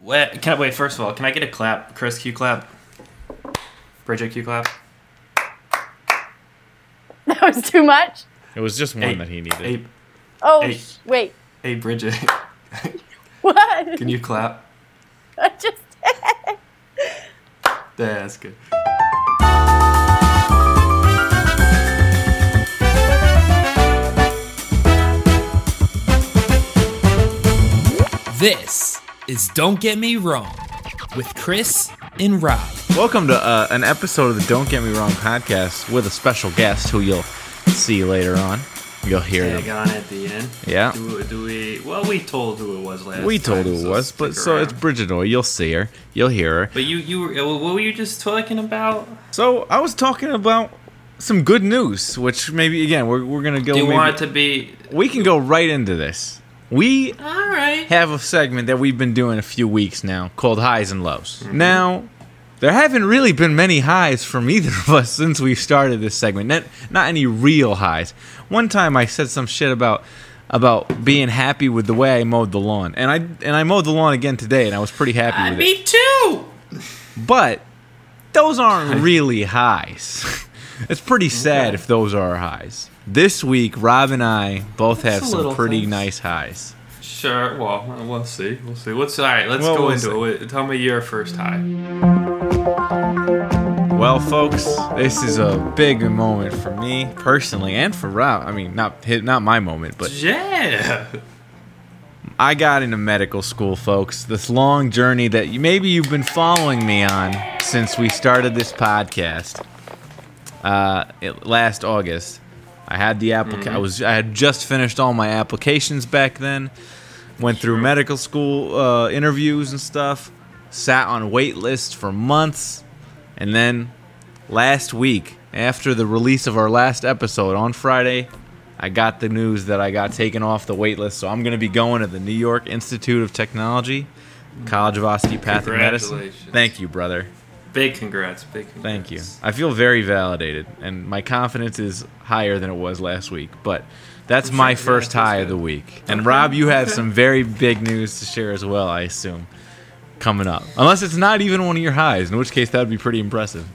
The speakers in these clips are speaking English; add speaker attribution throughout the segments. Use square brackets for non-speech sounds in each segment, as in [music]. Speaker 1: Wait, can I, wait, first of all, can I get a clap? Chris, Q clap? Bridget, Q clap?
Speaker 2: [laughs] That was too much.
Speaker 3: It was just one
Speaker 1: Hey,
Speaker 3: that he needed.
Speaker 1: Hey,
Speaker 2: Oh
Speaker 1: Hey.
Speaker 2: sh- wait, [laughs]
Speaker 1: hey Bridget, [laughs]
Speaker 2: what?
Speaker 1: can you clap?
Speaker 2: I just did.
Speaker 1: Yeah, that's good.
Speaker 4: This is Don't Get Me Wrong with Chris and Rob.
Speaker 3: Welcome to uh, an episode of the Don't Get Me Wrong podcast with a special guest who you'll see later on. You'll hear
Speaker 1: Hang
Speaker 3: them.
Speaker 1: on at the end.
Speaker 3: Yeah.
Speaker 1: Do, we- do we? Well, we told who it was last.
Speaker 3: We told
Speaker 1: time,
Speaker 3: who it
Speaker 1: so
Speaker 3: was,
Speaker 1: stick
Speaker 3: but so it's
Speaker 1: around.
Speaker 3: Bridget Oy. You'll see her. You'll hear her.
Speaker 1: But you, you were. What were you just talking about?
Speaker 3: So I was talking about some good news, which maybe again we're, we're gonna go.
Speaker 1: Do you
Speaker 3: maybe-
Speaker 1: want it to be?
Speaker 3: we can go right into this. We
Speaker 1: All right.
Speaker 3: have a segment that we've been doing a few weeks now called Highs and Lows.
Speaker 1: Mm-hmm.
Speaker 3: Now, there haven't really been many highs from [laughs] either of us since we started this segment. Not, not any real highs. One time I said some shit about about being happy with the way I mowed the lawn. And I and I mowed the lawn again today and I was pretty happy with
Speaker 1: [laughs] Uh,
Speaker 3: it.
Speaker 1: Me too.
Speaker 3: But
Speaker 1: [laughs]
Speaker 3: those aren't really highs. [laughs] it's pretty sad
Speaker 1: Okay.
Speaker 3: if those are highs. This week Rob and I both
Speaker 1: Just
Speaker 3: have
Speaker 1: a
Speaker 3: some
Speaker 1: little
Speaker 3: pretty
Speaker 1: things.
Speaker 3: nice highs.
Speaker 1: Sure. Well, we'll see. We'll see. What's all right? Let's
Speaker 3: Well,
Speaker 1: go
Speaker 3: we'll
Speaker 1: into it. Tell me your first high.
Speaker 3: Well, folks, this is a big moment for me personally, and for Rob. I mean, not his, not my moment, but
Speaker 1: Yeah. [laughs]
Speaker 3: I got into medical school, folks. This long journey that you, maybe you've been following me on since we started this podcast. Uh, it, last August, I had the applic- I was I had just finished all my applications back then. Went through medical school uh, interviews and stuff. Sat on wait lists for months, and then last week, after the release of our last episode on Friday, I got the news that I got taken off the wait list. So I'm going to be going to the New York Institute of Technology, College of Osteopathic Medicine.
Speaker 1: Congratulations.
Speaker 3: Thank you, brother.
Speaker 1: Big congrats. Big congrats.
Speaker 3: Thank you. I feel very validated, and my confidence is higher than it was last week. But that's
Speaker 1: I'm
Speaker 3: my
Speaker 1: sure- yeah,
Speaker 3: first
Speaker 1: that's
Speaker 3: high of
Speaker 1: good.
Speaker 3: the week. And Rob, you have
Speaker 1: Okay.
Speaker 3: some very big news to share as well, I assume, coming up. Unless it's not even one of your highs, in which case that would be pretty impressive.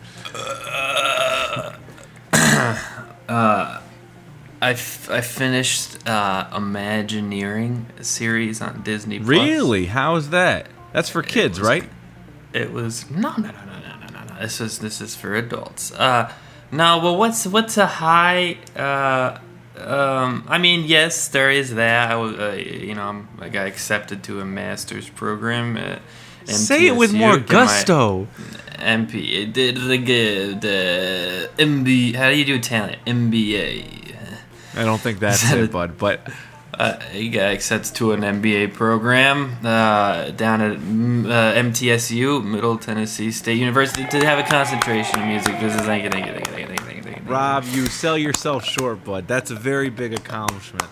Speaker 1: I, f- I finished uh, Imagineering a series on Disney. Plus.
Speaker 3: Really? How is that? That's for kids,
Speaker 1: was-
Speaker 3: right?
Speaker 1: It was no no no no no no no. no. This is this is for adults. Uh, no, well, what's what's a high? Uh, um, I mean, yes, there is that. I was, uh, you know, I'm, I got accepted to a master's program. At
Speaker 3: Say it with
Speaker 1: MTSU,
Speaker 3: more
Speaker 1: in my-
Speaker 3: gusto.
Speaker 1: MP, it did the good. Uh, MB, how do you do Italian? MBA.
Speaker 3: I don't think [laughs] that's it, bud. But
Speaker 1: Uh, he got accepted to an MBA program uh, down at mm, uh, MTSU, Middle Tennessee State University, to have a concentration in music business. Thank you, thank you, thank you, thank you, thank you, thank you.
Speaker 3: Rob, you sell yourself short, bud. That's a very big accomplishment.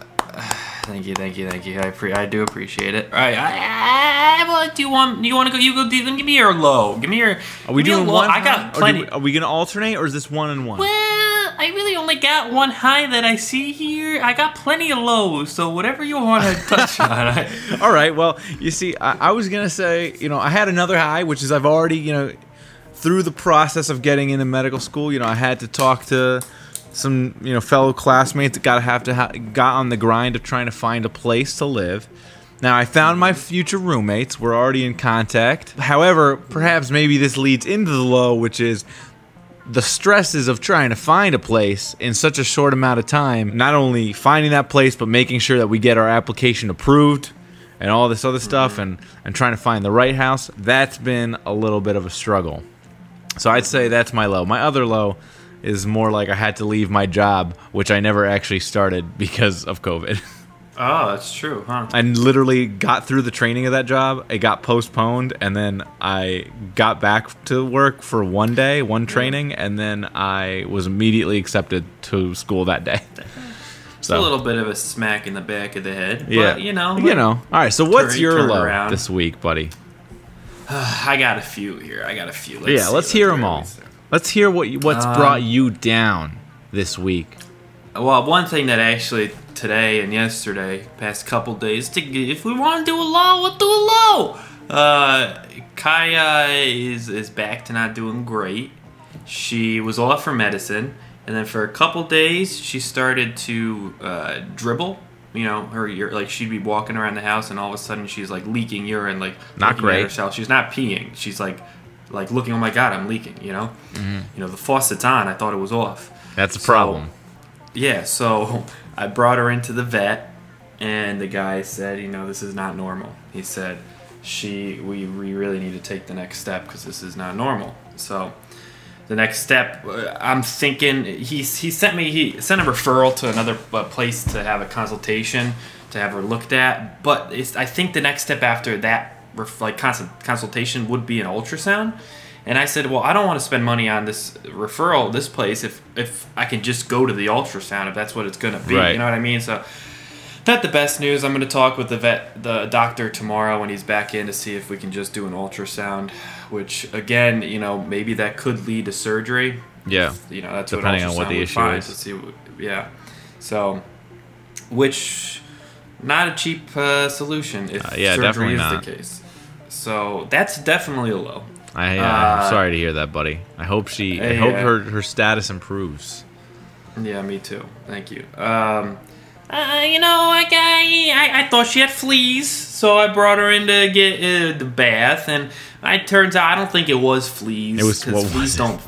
Speaker 1: thank you, thank you, thank you. I pre- I do appreciate it. All right, I, I, I, well, do you want you want to go? You go. Do, give me your low. Give me your.
Speaker 3: Are we
Speaker 1: give me a
Speaker 3: doing
Speaker 1: low.
Speaker 3: one?
Speaker 1: I
Speaker 3: high, or
Speaker 1: got
Speaker 3: do
Speaker 1: plenty.
Speaker 3: we- are we gonna alternate, or is this one and one?
Speaker 1: Well, I really only got one high that I see here. I got plenty of lows, so whatever you want
Speaker 3: [laughs]
Speaker 1: to touch on. I,
Speaker 3: All right. Well, you see, I, I was gonna say, you know, I had another high, which is I've already, you know, through the process of getting into medical school, you know, I had to talk to some, you know, fellow classmates. Got to have to ha- got on the grind of trying to find a place to live. Now I found my future roommates. We're already in contact. However, perhaps maybe this leads into the low, which is the stresses of trying to find a place in such a short amount of time, not only finding that place, but making sure that we get our application approved and all this other stuff and, and trying to find the right house, that's been a little bit of a struggle. So I'd say that's my low. My other low is more like I had to leave my job, which I never actually started [laughs] because of COVID. [laughs]
Speaker 1: oh, that's true, huh?
Speaker 3: I literally got through the training of that job. It got postponed, and then I got back to work for one day, one training, and then I was immediately accepted to school that day. So
Speaker 1: a little bit of a smack in the back of the head. But,
Speaker 3: yeah,
Speaker 1: you know,
Speaker 3: you know. All right, so what's
Speaker 1: turn-
Speaker 3: your
Speaker 1: turn
Speaker 3: low
Speaker 1: around.
Speaker 3: this week, buddy?
Speaker 1: I got a few here. I got a few. Let's
Speaker 3: yeah,
Speaker 1: see,
Speaker 3: let's hear
Speaker 1: hear
Speaker 3: them all.
Speaker 1: these are.
Speaker 3: Let's hear what you, what's
Speaker 1: Um,
Speaker 3: brought you down this week.
Speaker 1: Well, one thing that actually today and yesterday, past couple days, to, if we want to do a low, we'll do a low. Uh, Kaya is is back to not doing great. She was off for medicine, and then for a couple days she started to uh, dribble. You know, her ur- like she'd be walking around the house, and all of a sudden she's like leaking urine, like
Speaker 3: Not
Speaker 1: looking at
Speaker 3: great.
Speaker 1: herself. She's not peeing. She's like like looking. Oh my god, I'm leaking. You know,
Speaker 3: Mm-hmm.
Speaker 1: you know the faucet's on. I thought it was off.
Speaker 3: That's a
Speaker 1: So-
Speaker 3: problem.
Speaker 1: Yeah, so [laughs] I brought her into the vet, and the guy said, you know, this is not normal. He said, she, we, we really need to take the next step because this is not normal. So the next step, uh, I'm thinking he he sent me he sent a referral to another uh, place to have a consultation to have her looked at. But it's, I think the next step after that ref, like consult, consultation would be an ultrasound. And I said, well, I don't want to spend money on this referral, this place, if if I can just go to the ultrasound, if that's what it's gonna be.
Speaker 3: Right.
Speaker 1: You know what I mean? So not the best news. I'm going to talk with the vet, the doctor tomorrow when he's back in to see if we can just do an ultrasound, which again, you know, maybe that could lead to surgery.
Speaker 3: Yeah.
Speaker 1: You know, that's
Speaker 3: Depending
Speaker 1: what
Speaker 3: on
Speaker 1: ultrasound
Speaker 3: what the
Speaker 1: would
Speaker 3: issue
Speaker 1: find,
Speaker 3: is.
Speaker 1: To see, what- yeah. So, which not a cheap uh, solution if
Speaker 3: Uh, yeah,
Speaker 1: surgery
Speaker 3: definitely
Speaker 1: is
Speaker 3: not.
Speaker 1: the case. So that's definitely a low.
Speaker 3: I, uh,
Speaker 1: Uh,
Speaker 3: I'm sorry to hear that, buddy. I hope she. I
Speaker 1: yeah.
Speaker 3: hope her her status improves.
Speaker 1: Yeah, me too. Thank you. Um, uh, you know, like I, I, I thought she had fleas, so I brought her in to get uh, the bath, and it turns out I don't think it was fleas.
Speaker 3: It was-
Speaker 1: 'cause
Speaker 3: what was
Speaker 1: fleas
Speaker 3: it?
Speaker 1: don't.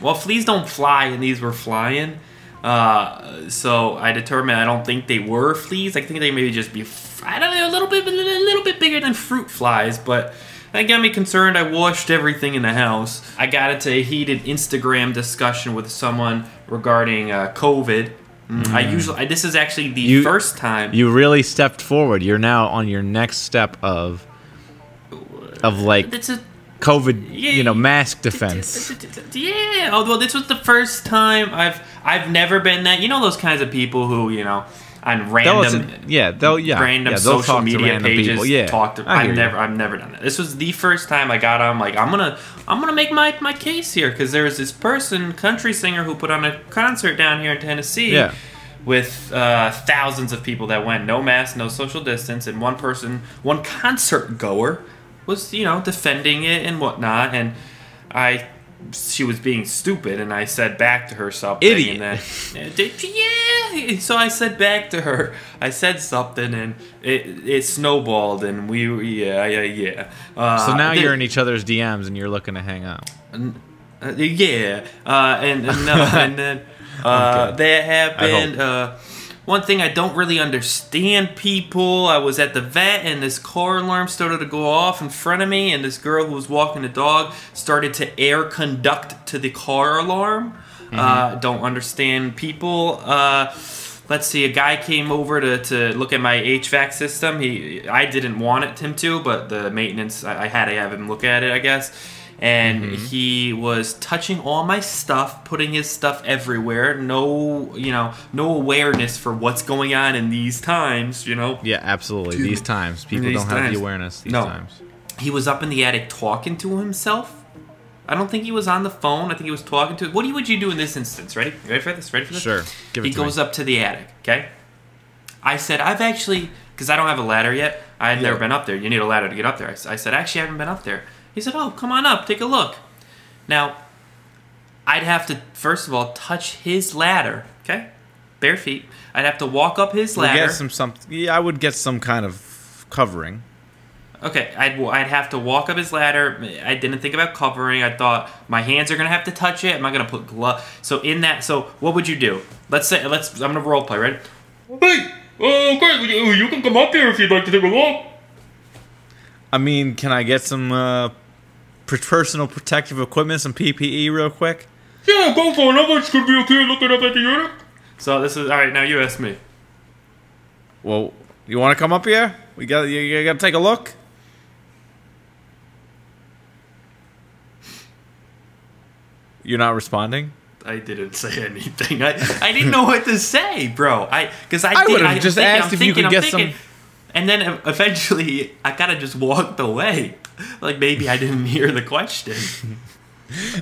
Speaker 1: Well, fleas don't fly, and these were flying. Uh, so I determined I don't think they were fleas. I think they maybe just be. f- I don't know, a little bit, a little bit bigger than fruit flies, but. That got me concerned. I washed everything in the house. I got into a heated Instagram discussion with someone regarding uh, COVID. Mm, I usually I, this is actually the
Speaker 3: You-
Speaker 1: first time.
Speaker 3: You really stepped forward. You're now on your next step of of like
Speaker 1: It's a
Speaker 3: COVID,
Speaker 1: Yeah,
Speaker 3: you know,
Speaker 1: you-
Speaker 3: mask defense.
Speaker 1: [laughs] Yeah. Oh well, this was the first time I've I've never been that. You know those kinds of people who you know on
Speaker 3: They'll
Speaker 1: random
Speaker 3: listen- yeah, they'll yeah,
Speaker 1: random
Speaker 3: yeah, they'll
Speaker 1: social
Speaker 3: talk to
Speaker 1: media
Speaker 3: random
Speaker 1: pages
Speaker 3: people. Yeah,
Speaker 1: talk to.
Speaker 3: I hear
Speaker 1: I've
Speaker 3: you.
Speaker 1: never I've never done that. This was the first time I got on. Like I'm gonna I'm gonna make my my case here because there was this person, country singer, who put on a concert down here in Tennessee.
Speaker 3: Yeah.
Speaker 1: With uh, thousands of people that went, no mask, no social distance, and one person, one concert goer, was you know defending it and whatnot, and I, she was being stupid, and I said back to her something,
Speaker 3: Idiot.
Speaker 1: and then and it- yeah. So I said back to her, I said something, and it it snowballed, and we yeah yeah yeah. Uh,
Speaker 3: So now
Speaker 1: the-
Speaker 3: you're in each other's DMs and you're looking to hang out.
Speaker 1: uh, yeah, uh, and, and no, and then uh, that happened. Uh, one thing I don't really understand people. I was at the vet, and this car alarm started to go off in front of me, and this girl who was walking the dog started to air conduct to the car alarm. Uh, don't understand people. Uh, let's see a guy came over to, to look at my hvac system he i didn't want it him to but the maintenance i, I had to have him look at it i guess and he was touching all my stuff putting his stuff everywhere no you know no awareness for what's going on in these times you know
Speaker 3: Yeah, absolutely.
Speaker 1: Excuse
Speaker 3: These
Speaker 1: me.
Speaker 3: times people
Speaker 1: These
Speaker 3: don't have
Speaker 1: times.
Speaker 3: the awareness these
Speaker 1: No.
Speaker 3: times.
Speaker 1: he was up in the attic talking to himself I don't think he was on the phone. I think he was talking to. What do you- would you do in this instance? Ready? Ready for this? Ready for this?
Speaker 3: Sure. Give it
Speaker 1: he
Speaker 3: to
Speaker 1: goes
Speaker 3: me.
Speaker 1: up to the attic. Okay. I said, I've actually, because I don't have a ladder yet. I had never been up there. You need a ladder to get up there. I, s- I said, "I actually, I haven't been up there. He said, oh, come on up, take a look. Now, I'd have to first of all touch his ladder. Okay, bare feet. I'd have to walk up his
Speaker 3: We'll
Speaker 1: ladder.
Speaker 3: get some something. Yeah, I would get some kind of covering.
Speaker 1: Okay, I'd, I'd have to walk up his ladder. I didn't think about covering. I thought my hands are gonna have to touch it. Am I gonna put glove? So in that, so what would you do? Let's say let's. I'm gonna role play, right? Hey, oh great, you, you can come up here if you'd like to take a walk.
Speaker 3: I mean, can I get some uh, per- personal protective equipment, some PPE, real quick?
Speaker 1: Yeah, go for it. Others could be okay looking up at the unit. So this is all right. Now you ask me.
Speaker 3: Well, you want to come up here? We got you, you got to take a look. You're not responding.
Speaker 1: I didn't say [laughs] anything. I, I didn't know what to say, bro. I because I,
Speaker 3: I
Speaker 1: did-
Speaker 3: would've
Speaker 1: I'm
Speaker 3: just
Speaker 1: thinking-
Speaker 3: asked
Speaker 1: I'm
Speaker 3: if
Speaker 1: thinking,
Speaker 3: you could
Speaker 1: I'm
Speaker 3: get
Speaker 1: thinking.
Speaker 3: some-
Speaker 1: And then e- eventually, I kind of just walked away. Like maybe I didn't [laughs] hear the question,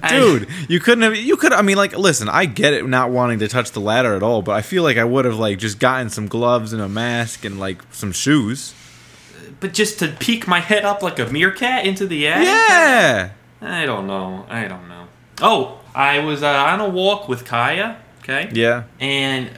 Speaker 1: I-
Speaker 3: Dude, you couldn't have. You could. I mean, like, listen. I get it, not wanting to touch the ladder at all, but I feel like I would have like just gotten some gloves and a mask and like some shoes.
Speaker 1: but just to peek my head up like a meerkat into the air.
Speaker 3: Yeah.
Speaker 1: I don't know. I don't know. Oh, I was uh, on a walk with Kaya. Okay.
Speaker 3: Yeah.
Speaker 1: And uh,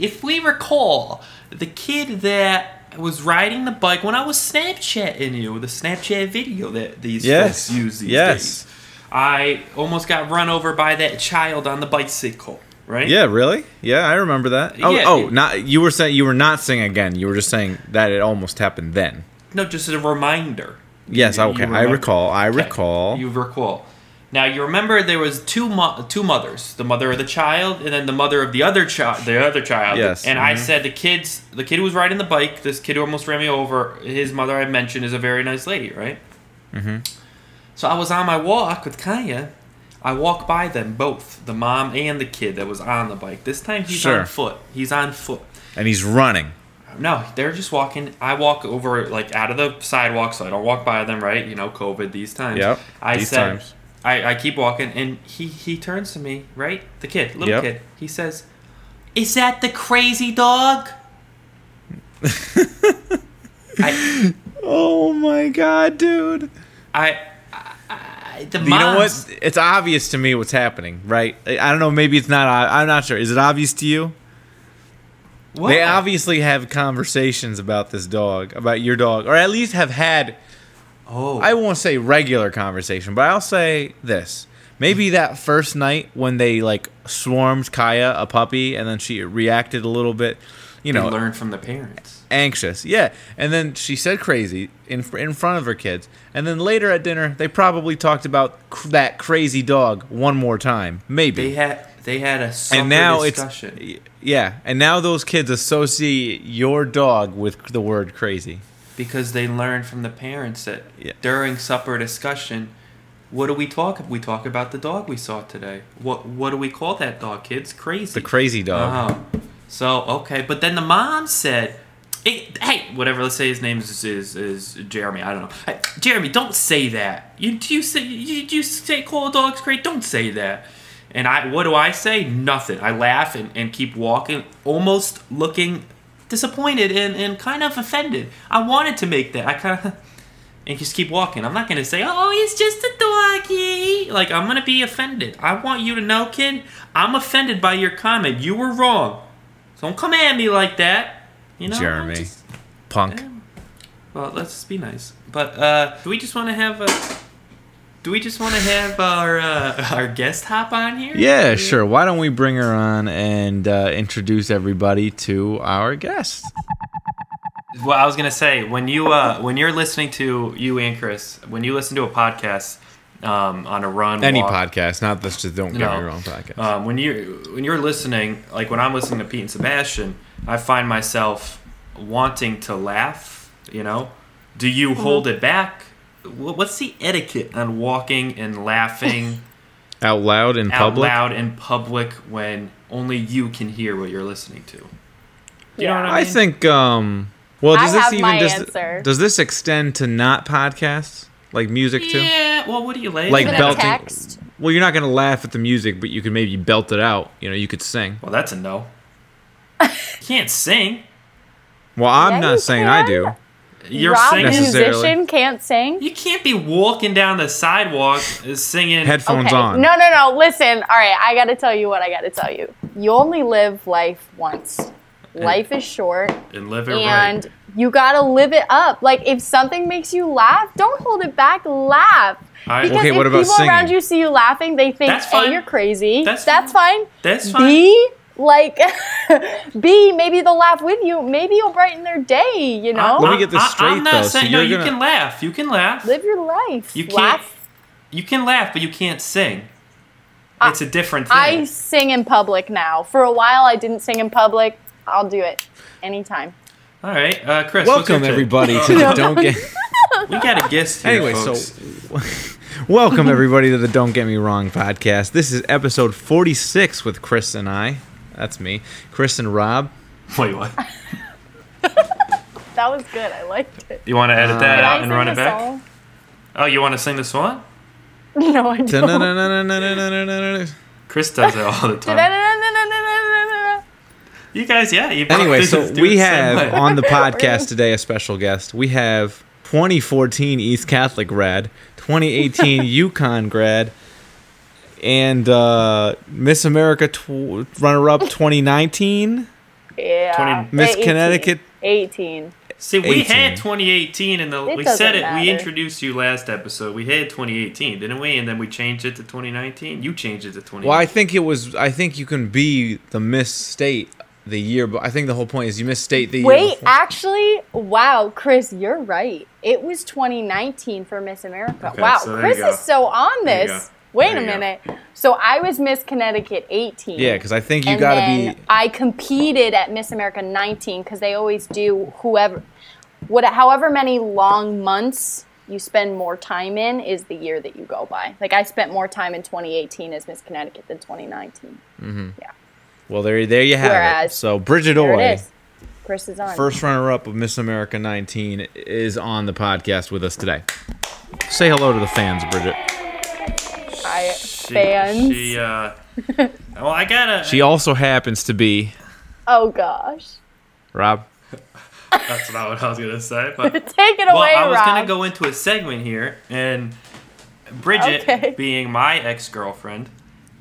Speaker 1: if we recall, the kid that was riding the bike when I was Snapchatting you, the Snapchat video that these
Speaker 3: Yes.
Speaker 1: folks use these
Speaker 3: Yes.
Speaker 1: days, I almost got run over by that child on the bicycle. Right.
Speaker 3: Yeah, really? Yeah, I remember that. Oh,
Speaker 1: Yeah,
Speaker 3: oh,
Speaker 1: it-
Speaker 3: not you were saying you were not saying again. You were just saying that it almost happened then.
Speaker 1: No, just a reminder.
Speaker 3: Yes,
Speaker 1: You- you
Speaker 3: okay. I
Speaker 1: remember.
Speaker 3: recall. I
Speaker 1: Okay,
Speaker 3: recall.
Speaker 1: You recall. Now you remember there was two mo- two mothers, the mother of the child and then the mother of the other child, the other child.
Speaker 3: Yes,
Speaker 1: And I
Speaker 3: mhm.
Speaker 1: said the kids, the kid who was riding the bike, this kid who almost ran me over, his mother I mentioned is a very nice lady, right? Mm-hmm. So I was on my walk with Kaya. I walk by them both, the mom and the kid that was on the bike. This time he's
Speaker 3: Sure.
Speaker 1: on foot. He's on foot.
Speaker 3: and he's running.
Speaker 1: No, they're just walking. I walk over like out of the sidewalk, so I don't walk by them. Right? You know, COVID these times.
Speaker 3: Yep,
Speaker 1: I
Speaker 3: these
Speaker 1: said,
Speaker 3: times.
Speaker 1: I, I keep walking, and he he turns to me. Right, the kid, little
Speaker 3: Yep.
Speaker 1: kid. He says, "Is that the crazy dog?" I,
Speaker 3: Oh my god, dude.
Speaker 1: I, I, I the
Speaker 3: You know
Speaker 1: moms-
Speaker 3: what? It's obvious to me what's happening, right? I I don't know, maybe it's not ob- I'm not sure. Is it obvious to you?
Speaker 1: What?
Speaker 3: They obviously have conversations about this dog, about your dog, or at least have had
Speaker 1: Oh,
Speaker 3: I won't say regular conversation, but I'll say this. Maybe that first night when they like swarmed Kaya a puppy and then she reacted a little bit, you
Speaker 1: they
Speaker 3: know,
Speaker 1: learn from the parents.
Speaker 3: anxious. Yeah. And then she said crazy in in front of her kids. And then later at dinner, they probably talked about cr- that crazy dog one more time. Maybe.
Speaker 1: They had they had a supper
Speaker 3: and now
Speaker 1: discussion.
Speaker 3: it's yeah, and now those kids associate your dog with the word crazy.
Speaker 1: because they learned from the parents that
Speaker 3: Yeah.
Speaker 1: during supper discussion, what do we talk? We talk about the dog we saw today. What what do we call that dog, kids? Crazy.
Speaker 3: The crazy dog.
Speaker 1: Oh, so okay, but then the mom said, "Hey, hey, whatever. Let's say his name is is, is Jeremy. I don't know. Hey, Jeremy, don't say that. You do you say you you say call dogs great? Don't say that." And I, what do I say? Nothing. I laugh and, and keep walking, almost looking disappointed and, and kind of offended. I wanted to make that. I kind of and just keep walking. I'm not gonna say, "Oh, he's just a doggy." Like I'm gonna be offended. I want you to know, kid, I'm offended by your comment. You were wrong. So don't come at me like that. You know, I
Speaker 3: Jeremy.
Speaker 1: just-
Speaker 3: Punk.
Speaker 1: well, let's just be nice. But uh, do we just want to have a? Do we just want to have our uh, [laughs] our guest hop on here?
Speaker 3: Yeah, sure. Why don't we bring her on and uh, introduce everybody to our guest?
Speaker 1: Well, I was gonna say when you uh, when you're listening to you and Chris, when you listen to a podcast um, on a run,
Speaker 3: Any
Speaker 1: walk,
Speaker 3: podcast, not this. Just don't get
Speaker 1: No.
Speaker 3: me wrong, podcast.
Speaker 2: Uh,
Speaker 1: Um, when you when you're listening, like when I'm listening to Pete and Sebastian, I find myself wanting to laugh. You know, do you
Speaker 3: Mm-hmm.
Speaker 1: hold it back? Wh- What's the etiquette on walking and laughing
Speaker 3: out loud [laughs] in
Speaker 1: out
Speaker 3: public.
Speaker 1: loud in public when only you can hear what you're listening to? You know what
Speaker 3: I think. um Well,
Speaker 2: I
Speaker 3: does this
Speaker 2: have
Speaker 3: even
Speaker 2: my
Speaker 3: does,
Speaker 2: answer.
Speaker 3: does this extend to not podcasts like music too?
Speaker 1: Yeah. Well, what do you like?
Speaker 3: Like
Speaker 2: Even a
Speaker 3: belting.
Speaker 2: text.
Speaker 3: Well, you're not gonna laugh at the music, but you could maybe belt it out. You know, you could sing.
Speaker 1: Well, that's a
Speaker 2: [laughs]
Speaker 1: no. Can't sing.
Speaker 3: Well, I'm
Speaker 2: Yeah, you
Speaker 3: not saying I do.
Speaker 2: can.
Speaker 1: You're
Speaker 2: Rob,
Speaker 1: singing.
Speaker 3: Necessarily.
Speaker 2: musician, can't sing.
Speaker 1: You can't be walking down the sidewalk uh, singing.
Speaker 3: Headphones
Speaker 2: okay.
Speaker 3: on.
Speaker 2: No, no, no. Listen. All right. I got to tell you what I got to tell you. You only live life once. Life is short
Speaker 1: and live it
Speaker 2: and
Speaker 1: right.
Speaker 2: you got to live it up. Like if something makes you laugh, don't hold it back. Laugh.
Speaker 1: I-
Speaker 2: Because
Speaker 3: Okay,
Speaker 2: if
Speaker 3: what about
Speaker 2: people around
Speaker 3: singing?
Speaker 2: you see you laughing, they think,
Speaker 1: That's
Speaker 2: "Hey,
Speaker 1: fine.
Speaker 2: you're crazy."
Speaker 1: That's
Speaker 2: fine.
Speaker 1: That's fine.
Speaker 2: B, like [laughs] B, maybe they'll laugh with you. Maybe you'll brighten their day. You know,
Speaker 3: Let me get this
Speaker 1: I'm
Speaker 3: straight,
Speaker 1: not
Speaker 3: though. So
Speaker 1: saying no.
Speaker 3: you're
Speaker 1: You
Speaker 3: gonna-
Speaker 1: can laugh. You can laugh.
Speaker 2: live your life.
Speaker 1: You can't.
Speaker 2: Laugh.
Speaker 1: You can laugh, but you can't sing. it's a different thing.
Speaker 2: I sing in public now. For a while, I didn't sing in public. I'll do it anytime.
Speaker 1: All right, uh, Chris. what's your
Speaker 3: Welcome
Speaker 1: take?
Speaker 3: everybody
Speaker 2: [laughs]
Speaker 3: to the Don't Get.
Speaker 1: We got a guest here,
Speaker 3: Anyway,
Speaker 1: folks.
Speaker 3: so [laughs] welcome everybody to the Don't Get Me Wrong podcast. This is episode 46 with Chris and I. That's me, Chris and Rob. [laughs]
Speaker 1: wait, what?
Speaker 2: That was good. I liked it.
Speaker 1: You want to
Speaker 3: Uh,
Speaker 1: edit that
Speaker 2: Did I
Speaker 1: out and
Speaker 2: sing
Speaker 1: run it
Speaker 2: the
Speaker 1: back?
Speaker 2: song? [laughs]
Speaker 1: Oh, you want to sing the song?
Speaker 2: No, I don't. [laughs]
Speaker 3: Da-na-na-na-na-na-na-na-na.
Speaker 1: Chris does it all the time.
Speaker 2: Da-da-da-da-da-da-da-da.
Speaker 1: You guys, yeah. You both
Speaker 3: Anyway,
Speaker 1: did-
Speaker 3: so
Speaker 1: do
Speaker 3: we
Speaker 1: it the same
Speaker 3: have
Speaker 1: way.
Speaker 3: on the
Speaker 2: Really?
Speaker 3: podcast today a special guest. We have 2014 East Catholic grad, 2018 Yukon grad, and uh, Miss America tw- runner up 2019.
Speaker 2: Yeah.
Speaker 1: 20
Speaker 2: Wait,
Speaker 3: Miss Connecticut.
Speaker 2: 18.
Speaker 1: See, we
Speaker 3: 18.
Speaker 1: had 2018 in the.
Speaker 2: It
Speaker 1: we
Speaker 2: doesn't
Speaker 1: said it. We
Speaker 2: matter.
Speaker 1: introduced you last episode. We had 2018, didn't we? And then we changed it to 2019. You changed it to 20.
Speaker 3: Well, I think it was. I think you can be the Miss State the year, but I think the whole point is you Miss State the year.
Speaker 2: Wait,
Speaker 3: before.
Speaker 2: actually, wow, Chris, you're right. It was 2019 for Miss America.
Speaker 1: Okay,
Speaker 2: wow,
Speaker 1: so there
Speaker 2: Chris
Speaker 1: you go.
Speaker 2: is so on
Speaker 1: There you
Speaker 2: this.
Speaker 1: go.
Speaker 2: Wait
Speaker 1: There
Speaker 2: a
Speaker 1: you go.
Speaker 2: minute. So I was Miss Connecticut 18.
Speaker 3: yeah, because I think you
Speaker 2: and
Speaker 3: got
Speaker 2: then
Speaker 3: to be.
Speaker 2: I competed at Miss America 19 because they always do whoever, what, however many long months you spend more time in is the year that you go by. Like I spent more time in 2018 as Miss Connecticut than 2019.
Speaker 3: Well, there, there you have it.
Speaker 2: Whereas-
Speaker 3: So Bridget
Speaker 2: There
Speaker 3: Oy,
Speaker 2: it is. Chris is on.
Speaker 3: first runner up of Miss America 19, is on the podcast with us today. Say hello to the fans, Bridget.
Speaker 2: Hi,
Speaker 1: She-
Speaker 2: fans.
Speaker 1: She. Uh, [laughs] well, I gotta.
Speaker 3: She also happens to be
Speaker 2: oh gosh.
Speaker 3: Rob.
Speaker 1: that's not what I was gonna say,
Speaker 2: [laughs]
Speaker 1: but
Speaker 2: Take it
Speaker 1: well,
Speaker 2: away,
Speaker 1: I was
Speaker 2: Rob. [laughs]
Speaker 1: gonna go into a segment here, and Bridget
Speaker 2: Okay. [laughs]
Speaker 1: being my ex girlfriend,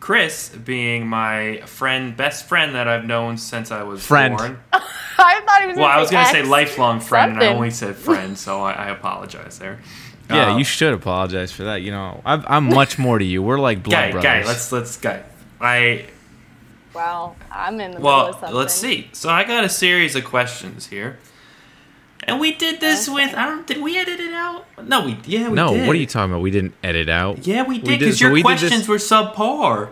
Speaker 1: Chris being my friend, best friend that I've known since I was
Speaker 3: Friend.
Speaker 1: born.
Speaker 2: I thought he was.
Speaker 1: Well,
Speaker 2: gonna
Speaker 1: I was gonna say
Speaker 2: X.
Speaker 1: lifelong friend, and I
Speaker 2: something.
Speaker 1: only said friend, so I, I apologize there.
Speaker 3: Yeah,
Speaker 1: Um,
Speaker 3: you should apologize for that. You know, I'm, I'm much more to you. We're like blood
Speaker 1: Guy,
Speaker 3: brothers.
Speaker 1: guy, let's let's guy. I
Speaker 2: Well, I'm in the middle of
Speaker 1: well,
Speaker 2: something.
Speaker 1: let's see. So I got a series of questions here, and we did this with I don't did we edit it out? No, we yeah we
Speaker 3: no,
Speaker 1: did.
Speaker 3: what are you talking about? We didn't edit out.
Speaker 1: Yeah, we did
Speaker 3: did-
Speaker 1: because
Speaker 3: so
Speaker 1: your
Speaker 3: we did this-
Speaker 1: questions were subpar.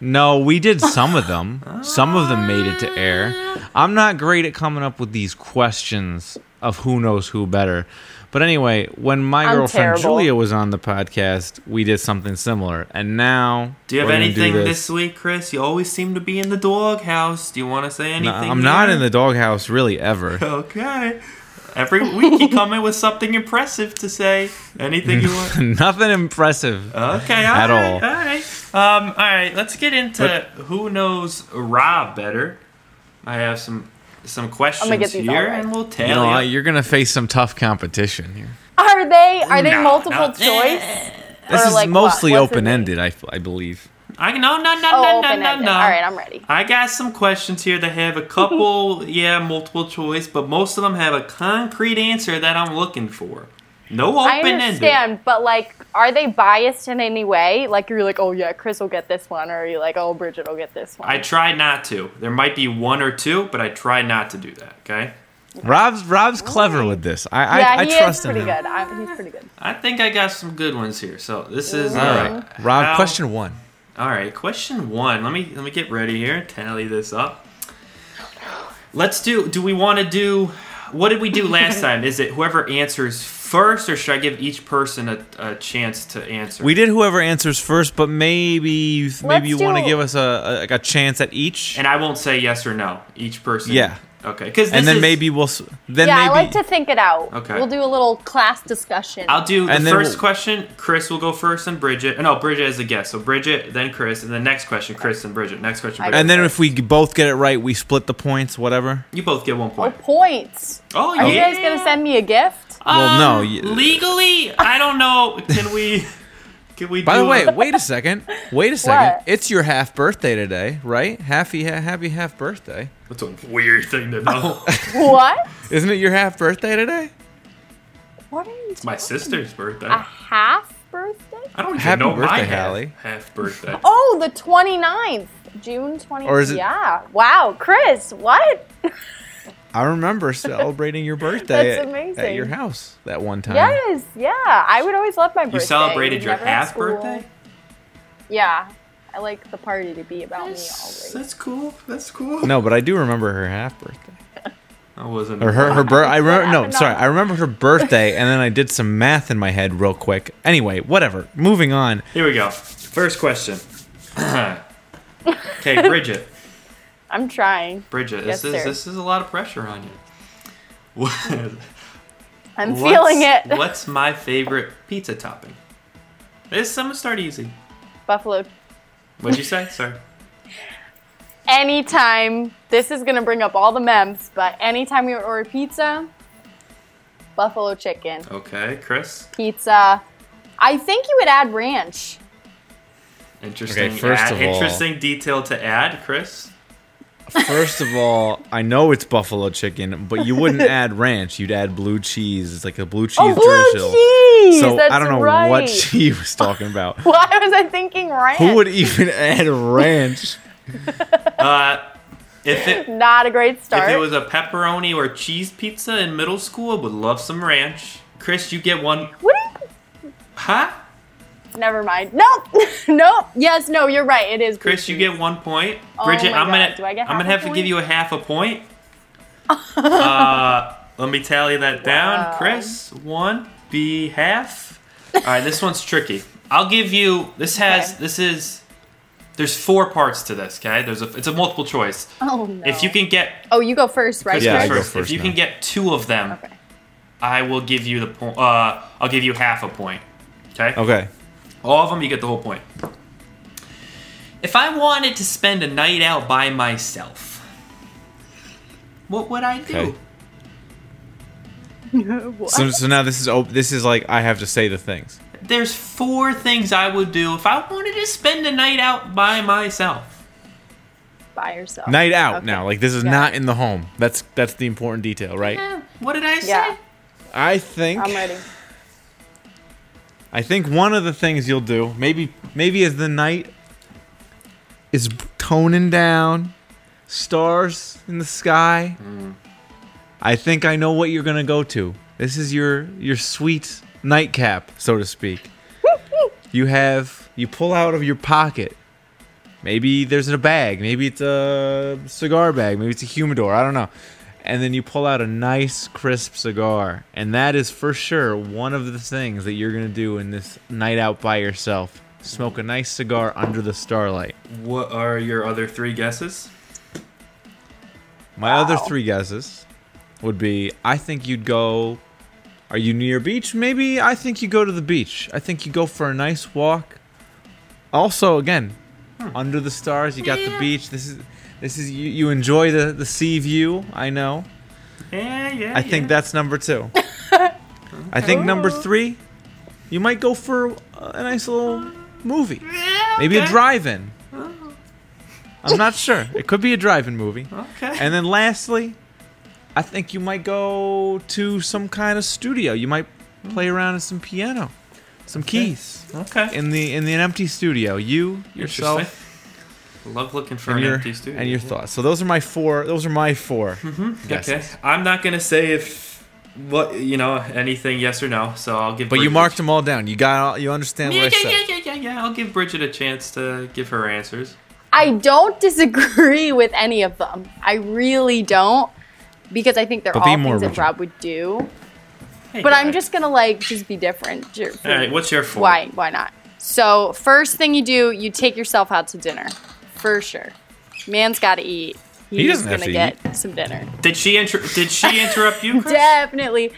Speaker 3: No, we did some of them. some of them made it to air. I'm not great at coming up with these questions of who knows who better. But anyway, when my
Speaker 2: I'm
Speaker 3: girlfriend
Speaker 2: terrible.
Speaker 3: Julia was on the podcast, we did something similar. And now,
Speaker 1: Do you have
Speaker 3: we're gonna
Speaker 1: anything
Speaker 3: do
Speaker 1: this. week, Chris? You always seem to be in the doghouse. Do you want to say anything?
Speaker 3: No, I'm not
Speaker 1: there?
Speaker 3: in the doghouse really ever.
Speaker 1: [laughs]
Speaker 3: [laughs]
Speaker 1: Okay. Every week you come in with something impressive to say. Anything you want.
Speaker 3: [laughs] Nothing
Speaker 1: Oh,
Speaker 3: impressive.
Speaker 1: Okay,
Speaker 3: At
Speaker 1: all
Speaker 3: all.
Speaker 1: right, All right. Um, all right, let's get into who knows Rob better. I have some some questions
Speaker 2: get these all
Speaker 1: here,
Speaker 2: right.
Speaker 1: and we'll tell
Speaker 3: you know, I-
Speaker 1: you.
Speaker 3: you're gonna face some tough competition here.
Speaker 2: Are they? Are they
Speaker 1: No, no.
Speaker 2: multiple choice?
Speaker 3: This
Speaker 2: Or,
Speaker 3: is
Speaker 2: like, what-
Speaker 3: mostly
Speaker 2: what's the
Speaker 3: open ended, I, I believe.
Speaker 1: I no no no no
Speaker 2: Oh,
Speaker 1: no no
Speaker 2: open-ended.
Speaker 1: no.
Speaker 2: All right, I'm ready.
Speaker 1: I got some questions here that
Speaker 2: [laughs]
Speaker 1: have a couple, yeah, multiple choice, but most of them have a concrete answer that I'm looking for. No
Speaker 2: I
Speaker 1: open ended.
Speaker 2: understand, but like, are they biased in any way? Like, you're like, oh yeah, Chris will get this one, or you're like, oh Bridget will get this one.
Speaker 1: I try not to. There might be one or two, but I try not to do that. Okay.
Speaker 3: Rob's Rob's clever with this. I
Speaker 2: Mm. yeah,
Speaker 3: I, I
Speaker 2: he
Speaker 3: trust
Speaker 2: is pretty
Speaker 3: him. now.
Speaker 2: good. I'm, he's pretty good.
Speaker 1: I think I got some good ones here. So this is
Speaker 3: All
Speaker 1: uh,
Speaker 3: right, Rob.
Speaker 1: how-
Speaker 3: Question one.
Speaker 1: All right, question one. Let me let me get ready here. Tally this up. Let's do. Do we want to do? What did we do
Speaker 2: [laughs]
Speaker 1: last time? Is it whoever answers first, or should I give each person a, a chance to answer?
Speaker 3: We did whoever answers first, but maybe maybe you want to
Speaker 2: do-
Speaker 3: give us a, a like a chance at each, and,
Speaker 1: and I won't say yes or no. Each person.
Speaker 3: Yeah.
Speaker 1: Okay. Because
Speaker 3: then maybe we'll s- then
Speaker 2: yeah, I
Speaker 3: maybe
Speaker 2: like to think it out.
Speaker 1: Okay.
Speaker 2: We'll do a little class discussion.
Speaker 1: I'll do the
Speaker 3: and then
Speaker 1: 1st
Speaker 3: we'll-
Speaker 1: question. Chris will go first, and Bridget. No, Bridget is a guest. So Bridget, then Chris, and then next question, Chris and Bridget. Next question,
Speaker 2: I-
Speaker 1: Bridget.
Speaker 3: and then if we g- both get it right, we split the points, whatever.
Speaker 1: you both get one
Speaker 2: oh,
Speaker 1: point.
Speaker 2: points.
Speaker 1: Oh, yeah.
Speaker 2: Are you guys gonna send me a gift?
Speaker 1: [laughs]
Speaker 3: Well, no,
Speaker 1: Um,
Speaker 3: you-
Speaker 1: legally, I don't know. Can we? Can we?
Speaker 3: By
Speaker 1: do
Speaker 3: the way,
Speaker 1: a-
Speaker 3: wait a second, wait a second.
Speaker 2: What?
Speaker 3: It's your half birthday today, right? Happy ha- happy half birthday.
Speaker 1: [laughs] that's a weird thing to
Speaker 3: [laughs]
Speaker 1: know.
Speaker 2: What?
Speaker 3: Isn't it your half birthday today?
Speaker 2: What are you?
Speaker 1: My sister's birthday.
Speaker 2: A half birthday?
Speaker 1: I don't even
Speaker 3: Happy
Speaker 1: know my
Speaker 3: birthday,
Speaker 1: half,
Speaker 3: Hallie.
Speaker 1: half
Speaker 2: [laughs]
Speaker 1: birthday.
Speaker 2: Oh, the 29th. June 29th.
Speaker 3: Or is it-
Speaker 2: Yeah. Wow, Chris,
Speaker 3: [laughs]
Speaker 2: what? [laughs]
Speaker 3: I remember celebrating your birthday
Speaker 2: That's
Speaker 3: at- at,
Speaker 2: amazing.
Speaker 3: your house that one time.
Speaker 2: Yes, yeah. I would always love my birthday.
Speaker 1: you celebrated your
Speaker 2: Never had
Speaker 1: half
Speaker 2: school.
Speaker 1: birthday.
Speaker 2: Yeah. I like the party to be about me always.
Speaker 1: That's cool. That's cool.
Speaker 3: No, but I do remember her half birthday.
Speaker 1: I wasn't.
Speaker 3: Or her her bir- I remember no,
Speaker 2: happened
Speaker 3: sorry.
Speaker 2: on-
Speaker 3: I remember her birthday and then I did some math in my head real quick. Anyway, whatever. Moving on.
Speaker 1: Here we go. First
Speaker 2: [laughs]
Speaker 1: question. okay, Bridget.
Speaker 2: I'm trying.
Speaker 1: Bridget,
Speaker 2: Yes,
Speaker 1: this is
Speaker 2: sir.
Speaker 1: this is a lot of pressure on you. What?
Speaker 2: I'm feeling it. [laughs]
Speaker 1: what's- What's my favorite pizza topping? This I'm gonna start easy.
Speaker 2: Buffalo. [laughs]
Speaker 1: What'd you say? Sorry.
Speaker 2: anytime this is gonna bring up all the memes, but anytime we would order pizza, buffalo chicken,
Speaker 1: Okay, Chris.
Speaker 2: pizza. I think you would add ranch.
Speaker 1: Interesting.
Speaker 3: Okay, first
Speaker 1: add-
Speaker 3: of all-
Speaker 1: interesting detail to add, Chris.
Speaker 3: First of all, I know it's buffalo chicken, but
Speaker 2: [laughs]
Speaker 3: you wouldn't add ranch. You'd add blue cheese. It's like a blue cheese
Speaker 2: Oh, blue
Speaker 3: drizzle.
Speaker 2: cheese!
Speaker 3: So
Speaker 2: That's
Speaker 3: I don't know
Speaker 2: right.
Speaker 3: what she was talking about.
Speaker 2: [laughs] Why was I thinking ranch?
Speaker 3: Who would even add ranch?
Speaker 1: Uh, if
Speaker 2: [laughs]
Speaker 1: it
Speaker 2: Not a great start.
Speaker 1: If it was a pepperoni or cheese pizza in middle school, I would love some ranch. Chris, you get one.
Speaker 2: What do
Speaker 1: Huh?
Speaker 2: you- Never mind. Nope. [laughs] nope. Yes. No. You're right. It is.
Speaker 1: Chris, you get one point.
Speaker 2: Oh
Speaker 1: Bridget,
Speaker 2: my
Speaker 1: I'm gonna
Speaker 2: God, do I get
Speaker 1: I'm
Speaker 2: half
Speaker 1: gonna
Speaker 2: a
Speaker 1: have to
Speaker 2: point?
Speaker 1: give you a half a
Speaker 2: [laughs]
Speaker 1: point. uh, let me tally that down.
Speaker 2: Wow.
Speaker 1: Chris, one B half. All right, this one's tricky. I'll give you. This has.
Speaker 2: Okay.
Speaker 1: This is. There's four parts to this. Okay. There's a. It's a multiple choice.
Speaker 2: Oh no.
Speaker 1: If you can get
Speaker 2: Oh, you go first, right?
Speaker 1: Chris
Speaker 3: Yeah,
Speaker 1: goes
Speaker 3: I go
Speaker 2: Chris?
Speaker 1: first. If
Speaker 3: first
Speaker 1: you
Speaker 3: now.
Speaker 1: can get two of them,
Speaker 2: Okay.
Speaker 1: I will give you the point. Uh, I'll give you half a point. Okay.
Speaker 3: Okay.
Speaker 1: All of them, you get the whole point. If I wanted to spend a night out by myself, what would I do?
Speaker 3: Okay. So, so now this is op- this is like I have to say the things.
Speaker 1: There's four things I would do if I wanted to spend a night out by myself.
Speaker 2: By yourself.
Speaker 3: Night out
Speaker 2: Okay.
Speaker 3: now. Like this is
Speaker 2: Yeah.
Speaker 3: not in the home. That's that's the important detail, right?
Speaker 1: Eh, what did I say?
Speaker 2: Yeah.
Speaker 3: I think
Speaker 2: I'm ready.
Speaker 3: I think one of the things you'll do, maybe maybe as the night is toning down, stars in the sky. I think I know what you're gonna go to. This is your your sweet nightcap, so to speak. you have you pull out of your pocket. Maybe there's a bag. Maybe it's a cigar bag. Maybe it's a humidor. I don't know. And then you pull out a nice crisp cigar, and that is for sure one of the things that you're gonna do in this night out by yourself. Smoke a nice cigar under the starlight.
Speaker 1: What are your other three guesses?
Speaker 3: My other
Speaker 2: Wow.
Speaker 3: three guesses would be I think you'd go. Are you near a beach? Maybe I think you go to the beach. I think you go for a nice walk. Also, again, under the stars, you got the beach. This is this is you, you enjoy the, the sea view. I know.
Speaker 1: Yeah, Oh, yeah.
Speaker 3: I think that's number two. I think number three, you might go for a a nice little movie. Maybe a drive-in. I'm not sure. It could be a drive-in movie.
Speaker 1: Okay.
Speaker 3: And then lastly, I think you might go to some kind of studio. You might play around in some piano, some keys
Speaker 1: okay.
Speaker 3: in the in the an empty studio. You yourself
Speaker 1: Interesting. Love looking for
Speaker 3: and
Speaker 1: an
Speaker 3: your
Speaker 1: empty studio.
Speaker 3: and your
Speaker 1: yeah. Mm-hmm.
Speaker 3: thoughts. So those are my four. Those are my four.
Speaker 1: Okay.
Speaker 3: guesses.
Speaker 1: I'm not gonna say if what you know anything yes or no. So I'll give.
Speaker 3: But you
Speaker 1: Bridget-
Speaker 3: marked them all down. You got. All, you understand
Speaker 1: Yeah,
Speaker 3: what I
Speaker 1: yeah,
Speaker 3: said.
Speaker 1: yeah, yeah, yeah, yeah. I'll give Bridget a chance to give her answers.
Speaker 2: I don't [laughs] disagree with any of them. I really don't, because I think they're
Speaker 3: But
Speaker 2: all
Speaker 3: be
Speaker 2: things
Speaker 3: more
Speaker 2: that
Speaker 3: original.
Speaker 2: Rob would do.
Speaker 1: Hey,
Speaker 2: But I'm
Speaker 1: guy.
Speaker 2: just gonna like just be different.
Speaker 1: All right. What's your four?
Speaker 2: Why? Why not? So first thing you do, you take yourself out to dinner, for sure. Man's got to eat. He's
Speaker 3: doesn't have
Speaker 2: gonna
Speaker 3: to
Speaker 2: get some dinner.
Speaker 1: Did she inter- Did
Speaker 2: [laughs]
Speaker 1: she interrupt you? Chris?
Speaker 2: Definitely.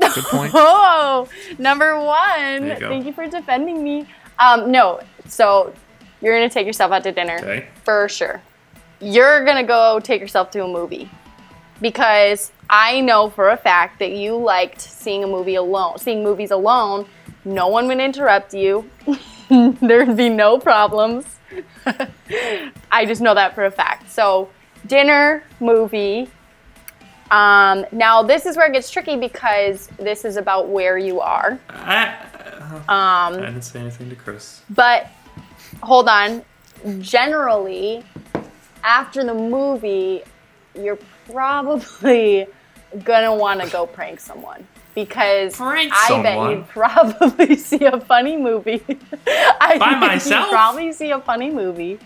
Speaker 3: Good point.
Speaker 2: [laughs] Oh, number one.
Speaker 1: There you go.
Speaker 2: Thank you for defending me. Um, no, so you're gonna take yourself out to dinner
Speaker 1: Okay.
Speaker 2: for sure. You're gonna go take yourself to a movie because I know for a fact that you liked seeing a movie alone, seeing movies alone. No one would interrupt you. [laughs] There'd be no problems. I just know that for a fact. So dinner, movie, um, now, this is where it gets tricky because this is about where you are.
Speaker 1: I, uh, I
Speaker 2: Um,
Speaker 1: didn't say anything to Chris.
Speaker 2: but hold on. Generally, after the movie, you're probably gonna want to go prank someone because
Speaker 1: Prank
Speaker 2: I bet
Speaker 1: someone?
Speaker 2: you'd probably [laughs] see a funny movie. I
Speaker 1: By
Speaker 2: think
Speaker 1: myself?
Speaker 2: you'd probably see a
Speaker 1: [laughs]
Speaker 2: funny movie.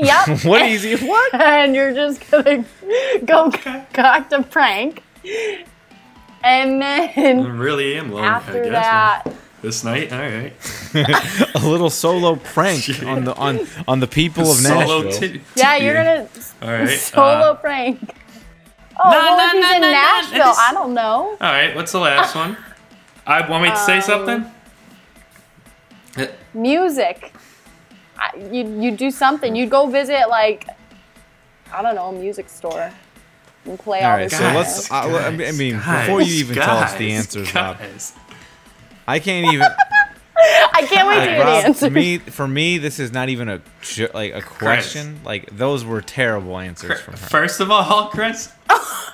Speaker 2: Yep.
Speaker 3: What easy?
Speaker 2: [laughs]
Speaker 3: What?
Speaker 2: and you're just gonna [laughs] go concoct a prank. And
Speaker 1: I
Speaker 2: then
Speaker 1: really am lonely. I
Speaker 2: after
Speaker 1: guess.
Speaker 2: that,
Speaker 1: This night. All right.
Speaker 3: a little
Speaker 1: [laughs]
Speaker 3: solo prank on the on on the people of
Speaker 1: Solo.
Speaker 3: Nashville.
Speaker 1: T-
Speaker 2: [laughs] yeah, you're gonna
Speaker 1: All right.
Speaker 2: solo
Speaker 1: uh,
Speaker 2: prank. Oh,
Speaker 1: no,
Speaker 2: well, if
Speaker 1: no,
Speaker 2: he's
Speaker 1: no,
Speaker 2: in
Speaker 1: no, no,
Speaker 2: Nashville,
Speaker 1: it's-
Speaker 2: I don't know.
Speaker 1: all right. What's the last one?
Speaker 2: Um,
Speaker 1: I want me to say something.
Speaker 2: Music. I- you'd, you'd do something. You'd go visit, like, I don't know, a music store and play all,
Speaker 3: All right,
Speaker 2: this.
Speaker 3: so
Speaker 2: jazz.
Speaker 3: let's- I- I mean- I mean,
Speaker 1: guys,
Speaker 3: before you even tell us the
Speaker 1: guys,
Speaker 3: answers, Rob.
Speaker 1: guys.
Speaker 3: I can't even.
Speaker 2: [laughs] I can't wait to hear
Speaker 3: Rob,
Speaker 2: the answer.
Speaker 3: to me, for me, this is not even a ju- like a question. Like those were terrible answers from her.
Speaker 1: First of all,
Speaker 2: [laughs]
Speaker 1: Chris,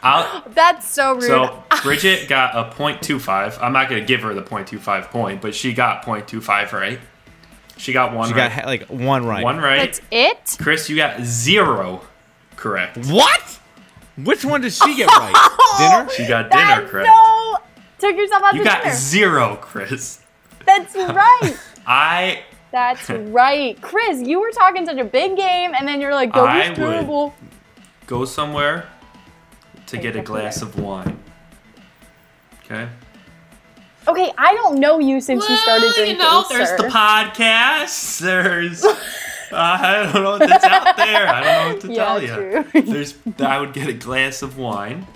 Speaker 1: I'll,
Speaker 2: [laughs] That's so rude. [laughs]
Speaker 1: So [laughs] Bridget got a .25. I'm not gonna give her the .25 point, but she got .25 right. She got one.
Speaker 3: She
Speaker 1: right.
Speaker 3: got ha- like one right.
Speaker 1: one right.
Speaker 2: That's it?
Speaker 1: Chris, you got zero correct.
Speaker 3: What? Which one
Speaker 2: [laughs]
Speaker 3: does she get right? Dinner.
Speaker 1: You got
Speaker 2: That's
Speaker 1: [laughs] dinner correct.
Speaker 2: so. Took yourself out
Speaker 1: you
Speaker 2: to
Speaker 1: got
Speaker 2: dinner.
Speaker 1: zero, Chris. [laughs]
Speaker 2: That's right.
Speaker 1: I
Speaker 2: That's right. Chris, you were talking such a big game, and then you're like, go
Speaker 1: I
Speaker 2: be
Speaker 1: would.
Speaker 2: terrible.
Speaker 1: go somewhere to get a
Speaker 2: definitely
Speaker 1: glass of wine. Okay.
Speaker 2: Okay, I don't know you since you started
Speaker 1: Well,
Speaker 2: drinking.
Speaker 1: you know, there's
Speaker 2: sir.
Speaker 1: the podcast.
Speaker 2: [laughs]
Speaker 1: There's I don't know what that's out there. I don't know what to
Speaker 2: Yeah,
Speaker 1: tell you.
Speaker 2: true.
Speaker 1: There's I would get a glass of wine.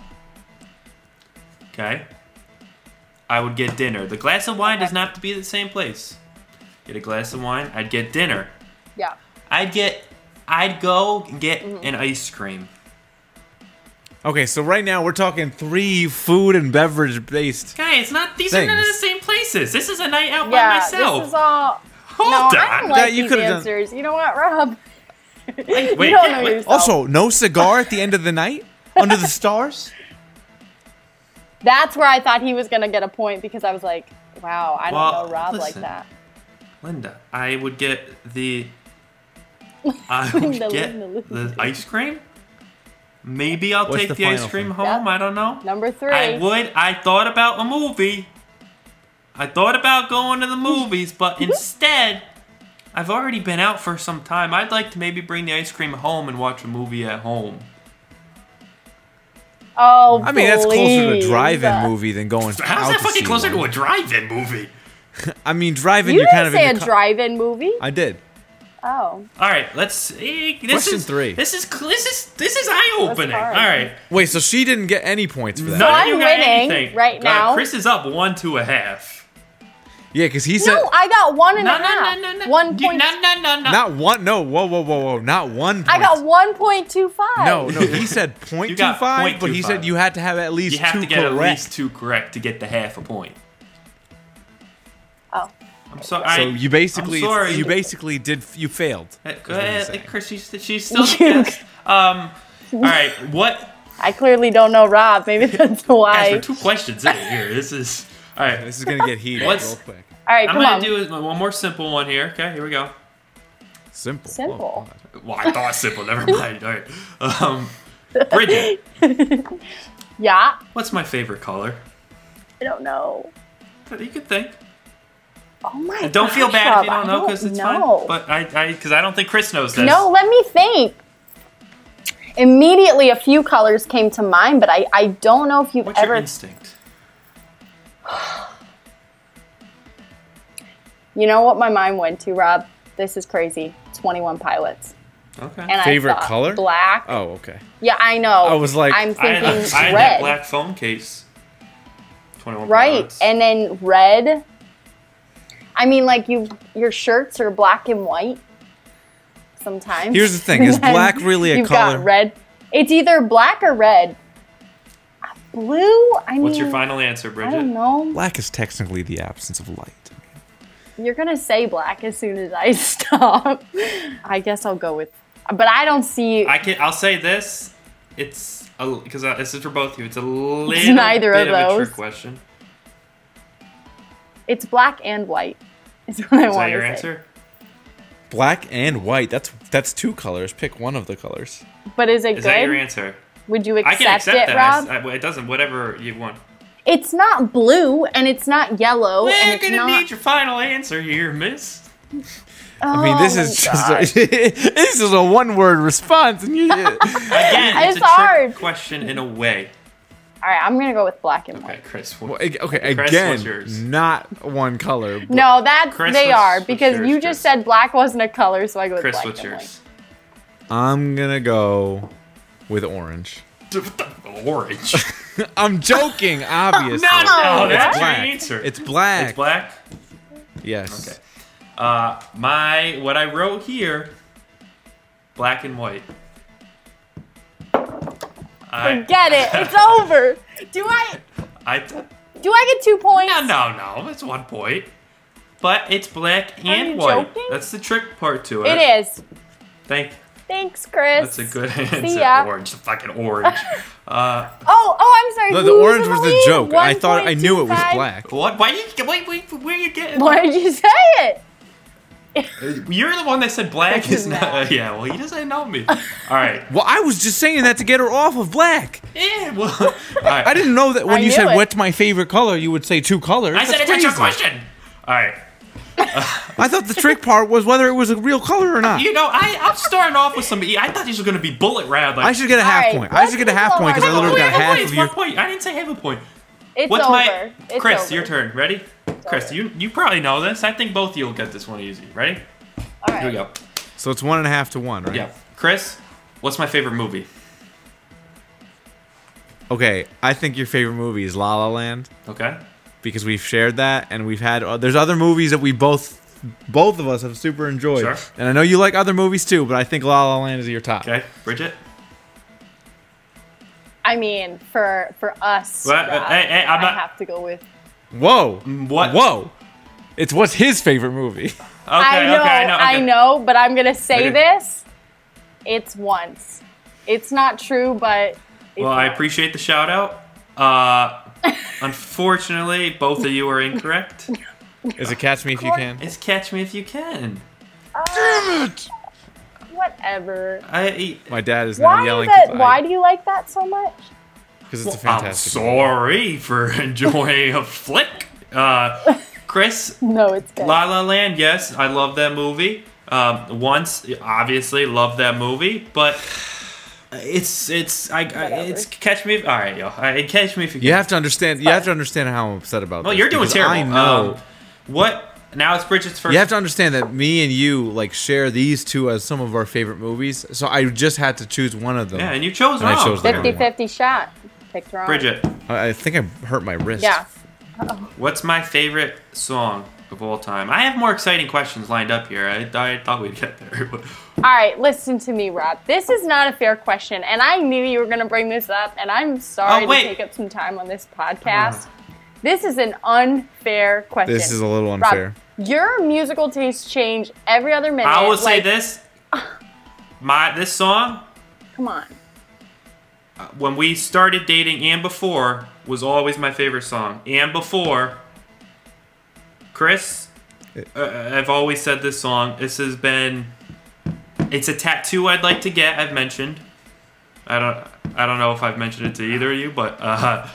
Speaker 1: Okay. I would get dinner. The glass of wine does not have to be the same place. Get a glass of wine. I'd get dinner.
Speaker 2: Yeah.
Speaker 1: I'd get. I'd go get
Speaker 2: Mm-hmm.
Speaker 1: an ice cream.
Speaker 3: Okay, so right now we're talking three food and beverage based.
Speaker 1: Guy, it's not. These are none of the
Speaker 3: Things.
Speaker 1: same places. This is a night out by
Speaker 2: Yeah,
Speaker 1: myself.
Speaker 2: this is all.
Speaker 1: Hold
Speaker 2: no,
Speaker 1: on.
Speaker 2: I don't like
Speaker 3: That you
Speaker 2: these
Speaker 3: could've done-
Speaker 2: answers. You know what, Rob? [laughs]
Speaker 1: Like,
Speaker 2: you
Speaker 1: wait,
Speaker 2: don't
Speaker 1: yeah,
Speaker 2: know
Speaker 1: wait.
Speaker 2: yourself.
Speaker 3: Also, no cigar at the end of the night under the stars.
Speaker 2: That's where I thought he was gonna get a point because I was like, wow, I don't
Speaker 1: Well,
Speaker 2: know Rob like
Speaker 1: listen.
Speaker 2: that.
Speaker 1: Linda, I would get
Speaker 2: [laughs]
Speaker 1: the. I would
Speaker 2: Linda,
Speaker 1: get
Speaker 2: Linda,
Speaker 1: the
Speaker 2: Linda.
Speaker 1: ice cream. Maybe I'll
Speaker 3: What's
Speaker 1: take
Speaker 3: the
Speaker 1: the, ice
Speaker 3: final
Speaker 1: cream
Speaker 3: thing?
Speaker 1: home.
Speaker 2: Yep.
Speaker 1: I don't know.
Speaker 2: Number three.
Speaker 1: I would. I thought about a movie. I thought about going to the movies,
Speaker 2: [laughs]
Speaker 1: but instead, I've already been out for some time. I'd like to maybe bring the ice cream home and watch a movie at home.
Speaker 2: Oh,
Speaker 3: I mean, that's closer to a
Speaker 2: please.
Speaker 3: drive-in movie than going.
Speaker 1: How's
Speaker 3: out
Speaker 1: that
Speaker 3: to
Speaker 1: fucking
Speaker 3: see
Speaker 1: closer
Speaker 3: one.
Speaker 1: to a drive-in movie?
Speaker 3: I mean, driving.
Speaker 2: You
Speaker 3: are
Speaker 2: didn't
Speaker 3: kind of
Speaker 2: say
Speaker 3: in
Speaker 2: a
Speaker 3: the co-
Speaker 2: drive-in movie.
Speaker 3: I did.
Speaker 2: oh,
Speaker 1: All right, let's. eh, This
Speaker 3: Question
Speaker 1: is,
Speaker 3: three.
Speaker 1: This is cl- this is this is eye-opening. All
Speaker 2: hard.
Speaker 1: right.
Speaker 3: Wait, so she didn't get any points for that.
Speaker 1: None
Speaker 2: So
Speaker 1: of
Speaker 2: I'm
Speaker 1: you got
Speaker 2: winning
Speaker 1: anything.
Speaker 2: right
Speaker 1: God,
Speaker 2: now.
Speaker 1: Chris is up one to a half.
Speaker 3: Yeah, because he said
Speaker 2: no, I got one and a
Speaker 1: No, no,
Speaker 2: half.
Speaker 1: no, no, no.
Speaker 2: One
Speaker 1: You-
Speaker 2: point.
Speaker 1: No, no, no, no.
Speaker 3: not one. No, whoa, whoa, whoa, whoa, not one. Point.
Speaker 2: I got one point two five.
Speaker 3: No, no, he said
Speaker 1: [laughs] You
Speaker 3: point two
Speaker 1: got
Speaker 3: five, but he
Speaker 1: 0.25.
Speaker 3: said you had to have at least
Speaker 1: you have
Speaker 3: two
Speaker 1: to get
Speaker 3: correct.
Speaker 1: at least two correct to get the half a point.
Speaker 2: Oh,
Speaker 1: I'm sorry.
Speaker 3: So
Speaker 1: I-
Speaker 3: you basically,
Speaker 1: I'm sorry.
Speaker 3: you basically did, you failed.
Speaker 1: Uh,
Speaker 3: is
Speaker 1: Go
Speaker 3: what he's
Speaker 1: ahead,
Speaker 3: saying.
Speaker 1: Chris. She's,
Speaker 2: [laughs]
Speaker 1: she's still the best. Um. All right. What?
Speaker 2: I clearly don't know Rob. Maybe [laughs] that's
Speaker 1: Guys, we're
Speaker 2: why.
Speaker 1: two questions in here. This is all
Speaker 2: [laughs]
Speaker 1: right.
Speaker 3: This is gonna get heated
Speaker 1: What's-
Speaker 3: real quick.
Speaker 2: All right,
Speaker 1: I'm
Speaker 2: come
Speaker 1: gonna
Speaker 2: on.
Speaker 1: do uh, one more simple one here. Okay, here we go.
Speaker 3: Simple.
Speaker 2: Simple.
Speaker 3: Oh, God.
Speaker 1: Well, I thought simple. Never mind. All right. Um,
Speaker 2: [laughs]
Speaker 1: Bridget,
Speaker 2: yeah,
Speaker 1: what's my favorite color?
Speaker 2: I don't know.
Speaker 1: You could think.
Speaker 2: Oh my.
Speaker 1: And don't feel
Speaker 2: gosh,
Speaker 1: bad if you
Speaker 2: Rob,
Speaker 1: don't know because it's
Speaker 2: know.
Speaker 1: fine. But I, I, because I don't think Chris knows this.
Speaker 2: No, let me think. Immediately, a few colors came to mind, but I, I don't know if you've
Speaker 1: What's
Speaker 2: ever.
Speaker 1: your instinct?
Speaker 2: you know what my mind went to, Rob? This is crazy. 21 Pilots.
Speaker 1: Okay.
Speaker 2: And
Speaker 3: Favorite
Speaker 2: I thought
Speaker 3: color?
Speaker 2: Black.
Speaker 3: Oh, okay.
Speaker 2: Yeah, I know.
Speaker 3: I was like-
Speaker 2: I'm
Speaker 1: I
Speaker 2: thinking
Speaker 1: had, that- I had that
Speaker 2: red.
Speaker 1: black phone case. Twenty-one.
Speaker 2: right.
Speaker 1: pounds.
Speaker 2: And then red. I mean, like, you, your shirts are black and white sometimes.
Speaker 3: Here's the thing:
Speaker 2: [laughs]
Speaker 3: is
Speaker 2: And then
Speaker 3: black really a
Speaker 2: you've
Speaker 3: color?
Speaker 2: got red. It's either black or red. Blue? I mean,
Speaker 1: what's your final answer,
Speaker 2: I
Speaker 1: Bridget?
Speaker 2: don't know.
Speaker 3: Black is technically the absence of light.
Speaker 2: You're gonna say black as soon as I [laughs] stop. I guess I'll go with, but I don't see.
Speaker 1: I can. I'll say this. It's because this is for both of you. It's a little
Speaker 2: neither
Speaker 1: bit
Speaker 2: of
Speaker 1: a
Speaker 2: those.
Speaker 1: trick question.
Speaker 2: it's black and white. Is what I
Speaker 1: Is that
Speaker 2: want
Speaker 1: your
Speaker 2: to say.
Speaker 1: answer?
Speaker 3: Black and white. That's that's two colors. Pick one of the colors.
Speaker 2: But is it
Speaker 1: Is that your
Speaker 2: good?
Speaker 1: answer?
Speaker 2: Would you
Speaker 1: I
Speaker 2: accept,
Speaker 1: can accept
Speaker 2: it,
Speaker 1: that. I s-
Speaker 2: Rob?
Speaker 1: I- well, it doesn't. Whatever you want.
Speaker 2: it's not blue and it's not yellow and
Speaker 1: We're
Speaker 2: it's
Speaker 1: gonna
Speaker 2: not.
Speaker 1: need your final answer here, Miss.
Speaker 2: [laughs]
Speaker 3: I mean, this
Speaker 2: Oh
Speaker 3: is
Speaker 2: my
Speaker 3: just
Speaker 2: God.
Speaker 3: a, [laughs] this is a one word response,
Speaker 2: [laughs]
Speaker 3: and you.
Speaker 1: Again, it's,
Speaker 2: It's
Speaker 1: a trick
Speaker 2: hard.
Speaker 1: question in a way.
Speaker 2: All right, I'm gonna go with black and
Speaker 1: Okay,
Speaker 2: white.
Speaker 1: Chris.
Speaker 3: Well,
Speaker 1: What,
Speaker 3: ag- okay,
Speaker 1: Chris, what's yours?
Speaker 3: again, not one color. but-
Speaker 2: No, that's
Speaker 1: Chris,
Speaker 2: they
Speaker 1: what's-
Speaker 2: are
Speaker 1: what's
Speaker 2: because
Speaker 1: yours,
Speaker 2: you
Speaker 1: Chris?
Speaker 2: just said black wasn't a color, so I go with
Speaker 1: Chris,
Speaker 2: black
Speaker 1: what's
Speaker 2: and
Speaker 1: [laughs] yours?
Speaker 3: I'm gonna go with orange.
Speaker 1: Orange. [laughs]
Speaker 3: I'm joking, obviously.
Speaker 1: no, [laughs]
Speaker 2: Oh,
Speaker 1: that's your
Speaker 3: black.
Speaker 1: answer.
Speaker 3: It's black.
Speaker 1: It's black.
Speaker 3: Yes.
Speaker 1: Okay. Uh, my what I wrote here, black and white. I [laughs]
Speaker 2: Forget it. It's over. Do I
Speaker 1: I th-
Speaker 2: do I get two points?
Speaker 1: no no no. That's one point. But it's black
Speaker 2: Are
Speaker 1: and
Speaker 2: you
Speaker 1: white.
Speaker 2: joking?
Speaker 1: That's the trick part to it.
Speaker 2: It is.
Speaker 1: Thank.
Speaker 2: Thanks, Chris.
Speaker 1: That's a good answer.
Speaker 2: ya.
Speaker 1: Orange, fucking orange. uh,
Speaker 2: Oh, oh, I'm sorry.
Speaker 3: No, the
Speaker 2: Who's
Speaker 3: orange
Speaker 2: in the
Speaker 3: was the
Speaker 2: lead?
Speaker 3: joke. I thought I knew it was
Speaker 2: 1.25.
Speaker 3: black.
Speaker 1: what? Why you? Wait, wait. Where you getting?
Speaker 2: Why did you say it?
Speaker 1: You're the one that said black is
Speaker 2: That's
Speaker 1: not.
Speaker 2: mad.
Speaker 1: yeah. Well, he doesn't know me. All right.
Speaker 3: Well, I was just saying that to get her off of black.
Speaker 1: Yeah. Well. [laughs] All right.
Speaker 3: I didn't know that when
Speaker 2: I
Speaker 3: you
Speaker 2: knew
Speaker 3: said
Speaker 2: it.
Speaker 3: what's my favorite color, you would say two colors.
Speaker 1: I said
Speaker 3: That's
Speaker 1: it's a trick
Speaker 3: crazy.
Speaker 1: question. All right.
Speaker 3: I thought the trick part was whether it was a real color or not.
Speaker 1: You know, I, I'm starting off with some. I thought these were going to be bullet round. Like,
Speaker 3: I should get a
Speaker 2: All
Speaker 3: half
Speaker 2: right,
Speaker 3: point. I
Speaker 2: let's
Speaker 3: should get a
Speaker 2: move
Speaker 3: half point because I
Speaker 2: on.
Speaker 1: Have a
Speaker 3: literally
Speaker 1: point, have
Speaker 3: got
Speaker 1: a
Speaker 3: half
Speaker 1: point,
Speaker 3: of
Speaker 1: it's
Speaker 3: your.
Speaker 1: one point. I didn't say half a point.
Speaker 2: It's
Speaker 1: What's
Speaker 2: over.
Speaker 1: my
Speaker 2: It's
Speaker 1: Chris?
Speaker 2: over.
Speaker 1: Your turn. Ready? Chris,
Speaker 2: over.
Speaker 1: you you probably know this. I think both of you'll get this one easy. Ready?
Speaker 2: All right.
Speaker 1: Here we go.
Speaker 3: So it's one and a half to one, right?
Speaker 1: Yeah. Chris, what's my favorite movie?
Speaker 3: Okay, I think your favorite movie is La La Land
Speaker 1: Okay.
Speaker 3: because we've shared that and we've had. Uh, there's other movies that we both, both of us have super enjoyed.
Speaker 1: Sure.
Speaker 3: And I know you like other movies too, but I think La La Land is your top.
Speaker 1: Okay. Bridget.
Speaker 2: I mean, for for us,
Speaker 1: Well, uh,
Speaker 2: Rob,
Speaker 1: hey, hey, I'm
Speaker 2: I
Speaker 1: not-
Speaker 2: have to go with.
Speaker 3: Whoa.
Speaker 1: Mm, What?
Speaker 3: Whoa. It's what's his favorite movie. [laughs]
Speaker 1: Okay. okay,
Speaker 2: I know,
Speaker 1: I know. Okay.
Speaker 2: I know, but I'm gonna say
Speaker 1: Okay.
Speaker 2: this. It's once. It's not true, but. It's
Speaker 1: Well, I
Speaker 2: once.
Speaker 1: appreciate the shout out. Uh,
Speaker 2: [laughs]
Speaker 1: unfortunately, both of you are incorrect.
Speaker 3: Is it Catch Me If You Can?
Speaker 1: It's Catch Me If You Can.
Speaker 3: Damn it!
Speaker 2: Whatever.
Speaker 1: I.
Speaker 3: My dad is now
Speaker 2: Why
Speaker 3: yelling
Speaker 2: is that? Why do you like that so much?
Speaker 3: because it's a
Speaker 1: Well,
Speaker 3: fantastic.
Speaker 1: I'm sorry for [laughs] enjoying a flick. Uh, Chris,
Speaker 2: No, it's good.
Speaker 1: La La Land, yes, I love that movie. Um, once, obviously, love that movie, but it's it's I, I it's catch me. All right, yo, all right, catch me if you.
Speaker 3: You
Speaker 1: can.
Speaker 3: have to understand. You have to understand how I'm upset about.
Speaker 1: Well,
Speaker 3: this,
Speaker 1: you're doing
Speaker 3: because
Speaker 1: terrible.
Speaker 3: I know.
Speaker 1: Um, what now? It's Bridget's first.
Speaker 3: you have to understand that me and you like share these two as some of our favorite movies. So I just had to choose one of them.
Speaker 1: yeah, and you chose
Speaker 3: And I
Speaker 1: wrong.
Speaker 3: chose the-
Speaker 2: 50 50 shot. Picked wrong.
Speaker 1: Bridget,
Speaker 3: I I think I hurt my wrist.
Speaker 2: Yeah.
Speaker 1: what's my favorite song of all time? I have more exciting questions lined up here. I, I thought we'd get there.
Speaker 2: All right, listen to me, Rob. This is not a fair question, and I knew you were going to bring this up, and I'm sorry
Speaker 1: Oh, wait. Uh-huh.
Speaker 2: to take up some time on this podcast. This is an unfair question.
Speaker 3: This is a little
Speaker 2: Rob,
Speaker 3: unfair.
Speaker 2: your musical tastes change every other minute.
Speaker 1: I will say
Speaker 2: like,
Speaker 1: this. My this song
Speaker 2: Come on.
Speaker 1: when we started dating and before was always my favorite song. And before Chris uh, I've always said this song. This has been it's a tattoo I'd like to get. I've mentioned. I don't I don't know if I've mentioned it to either of you, but uh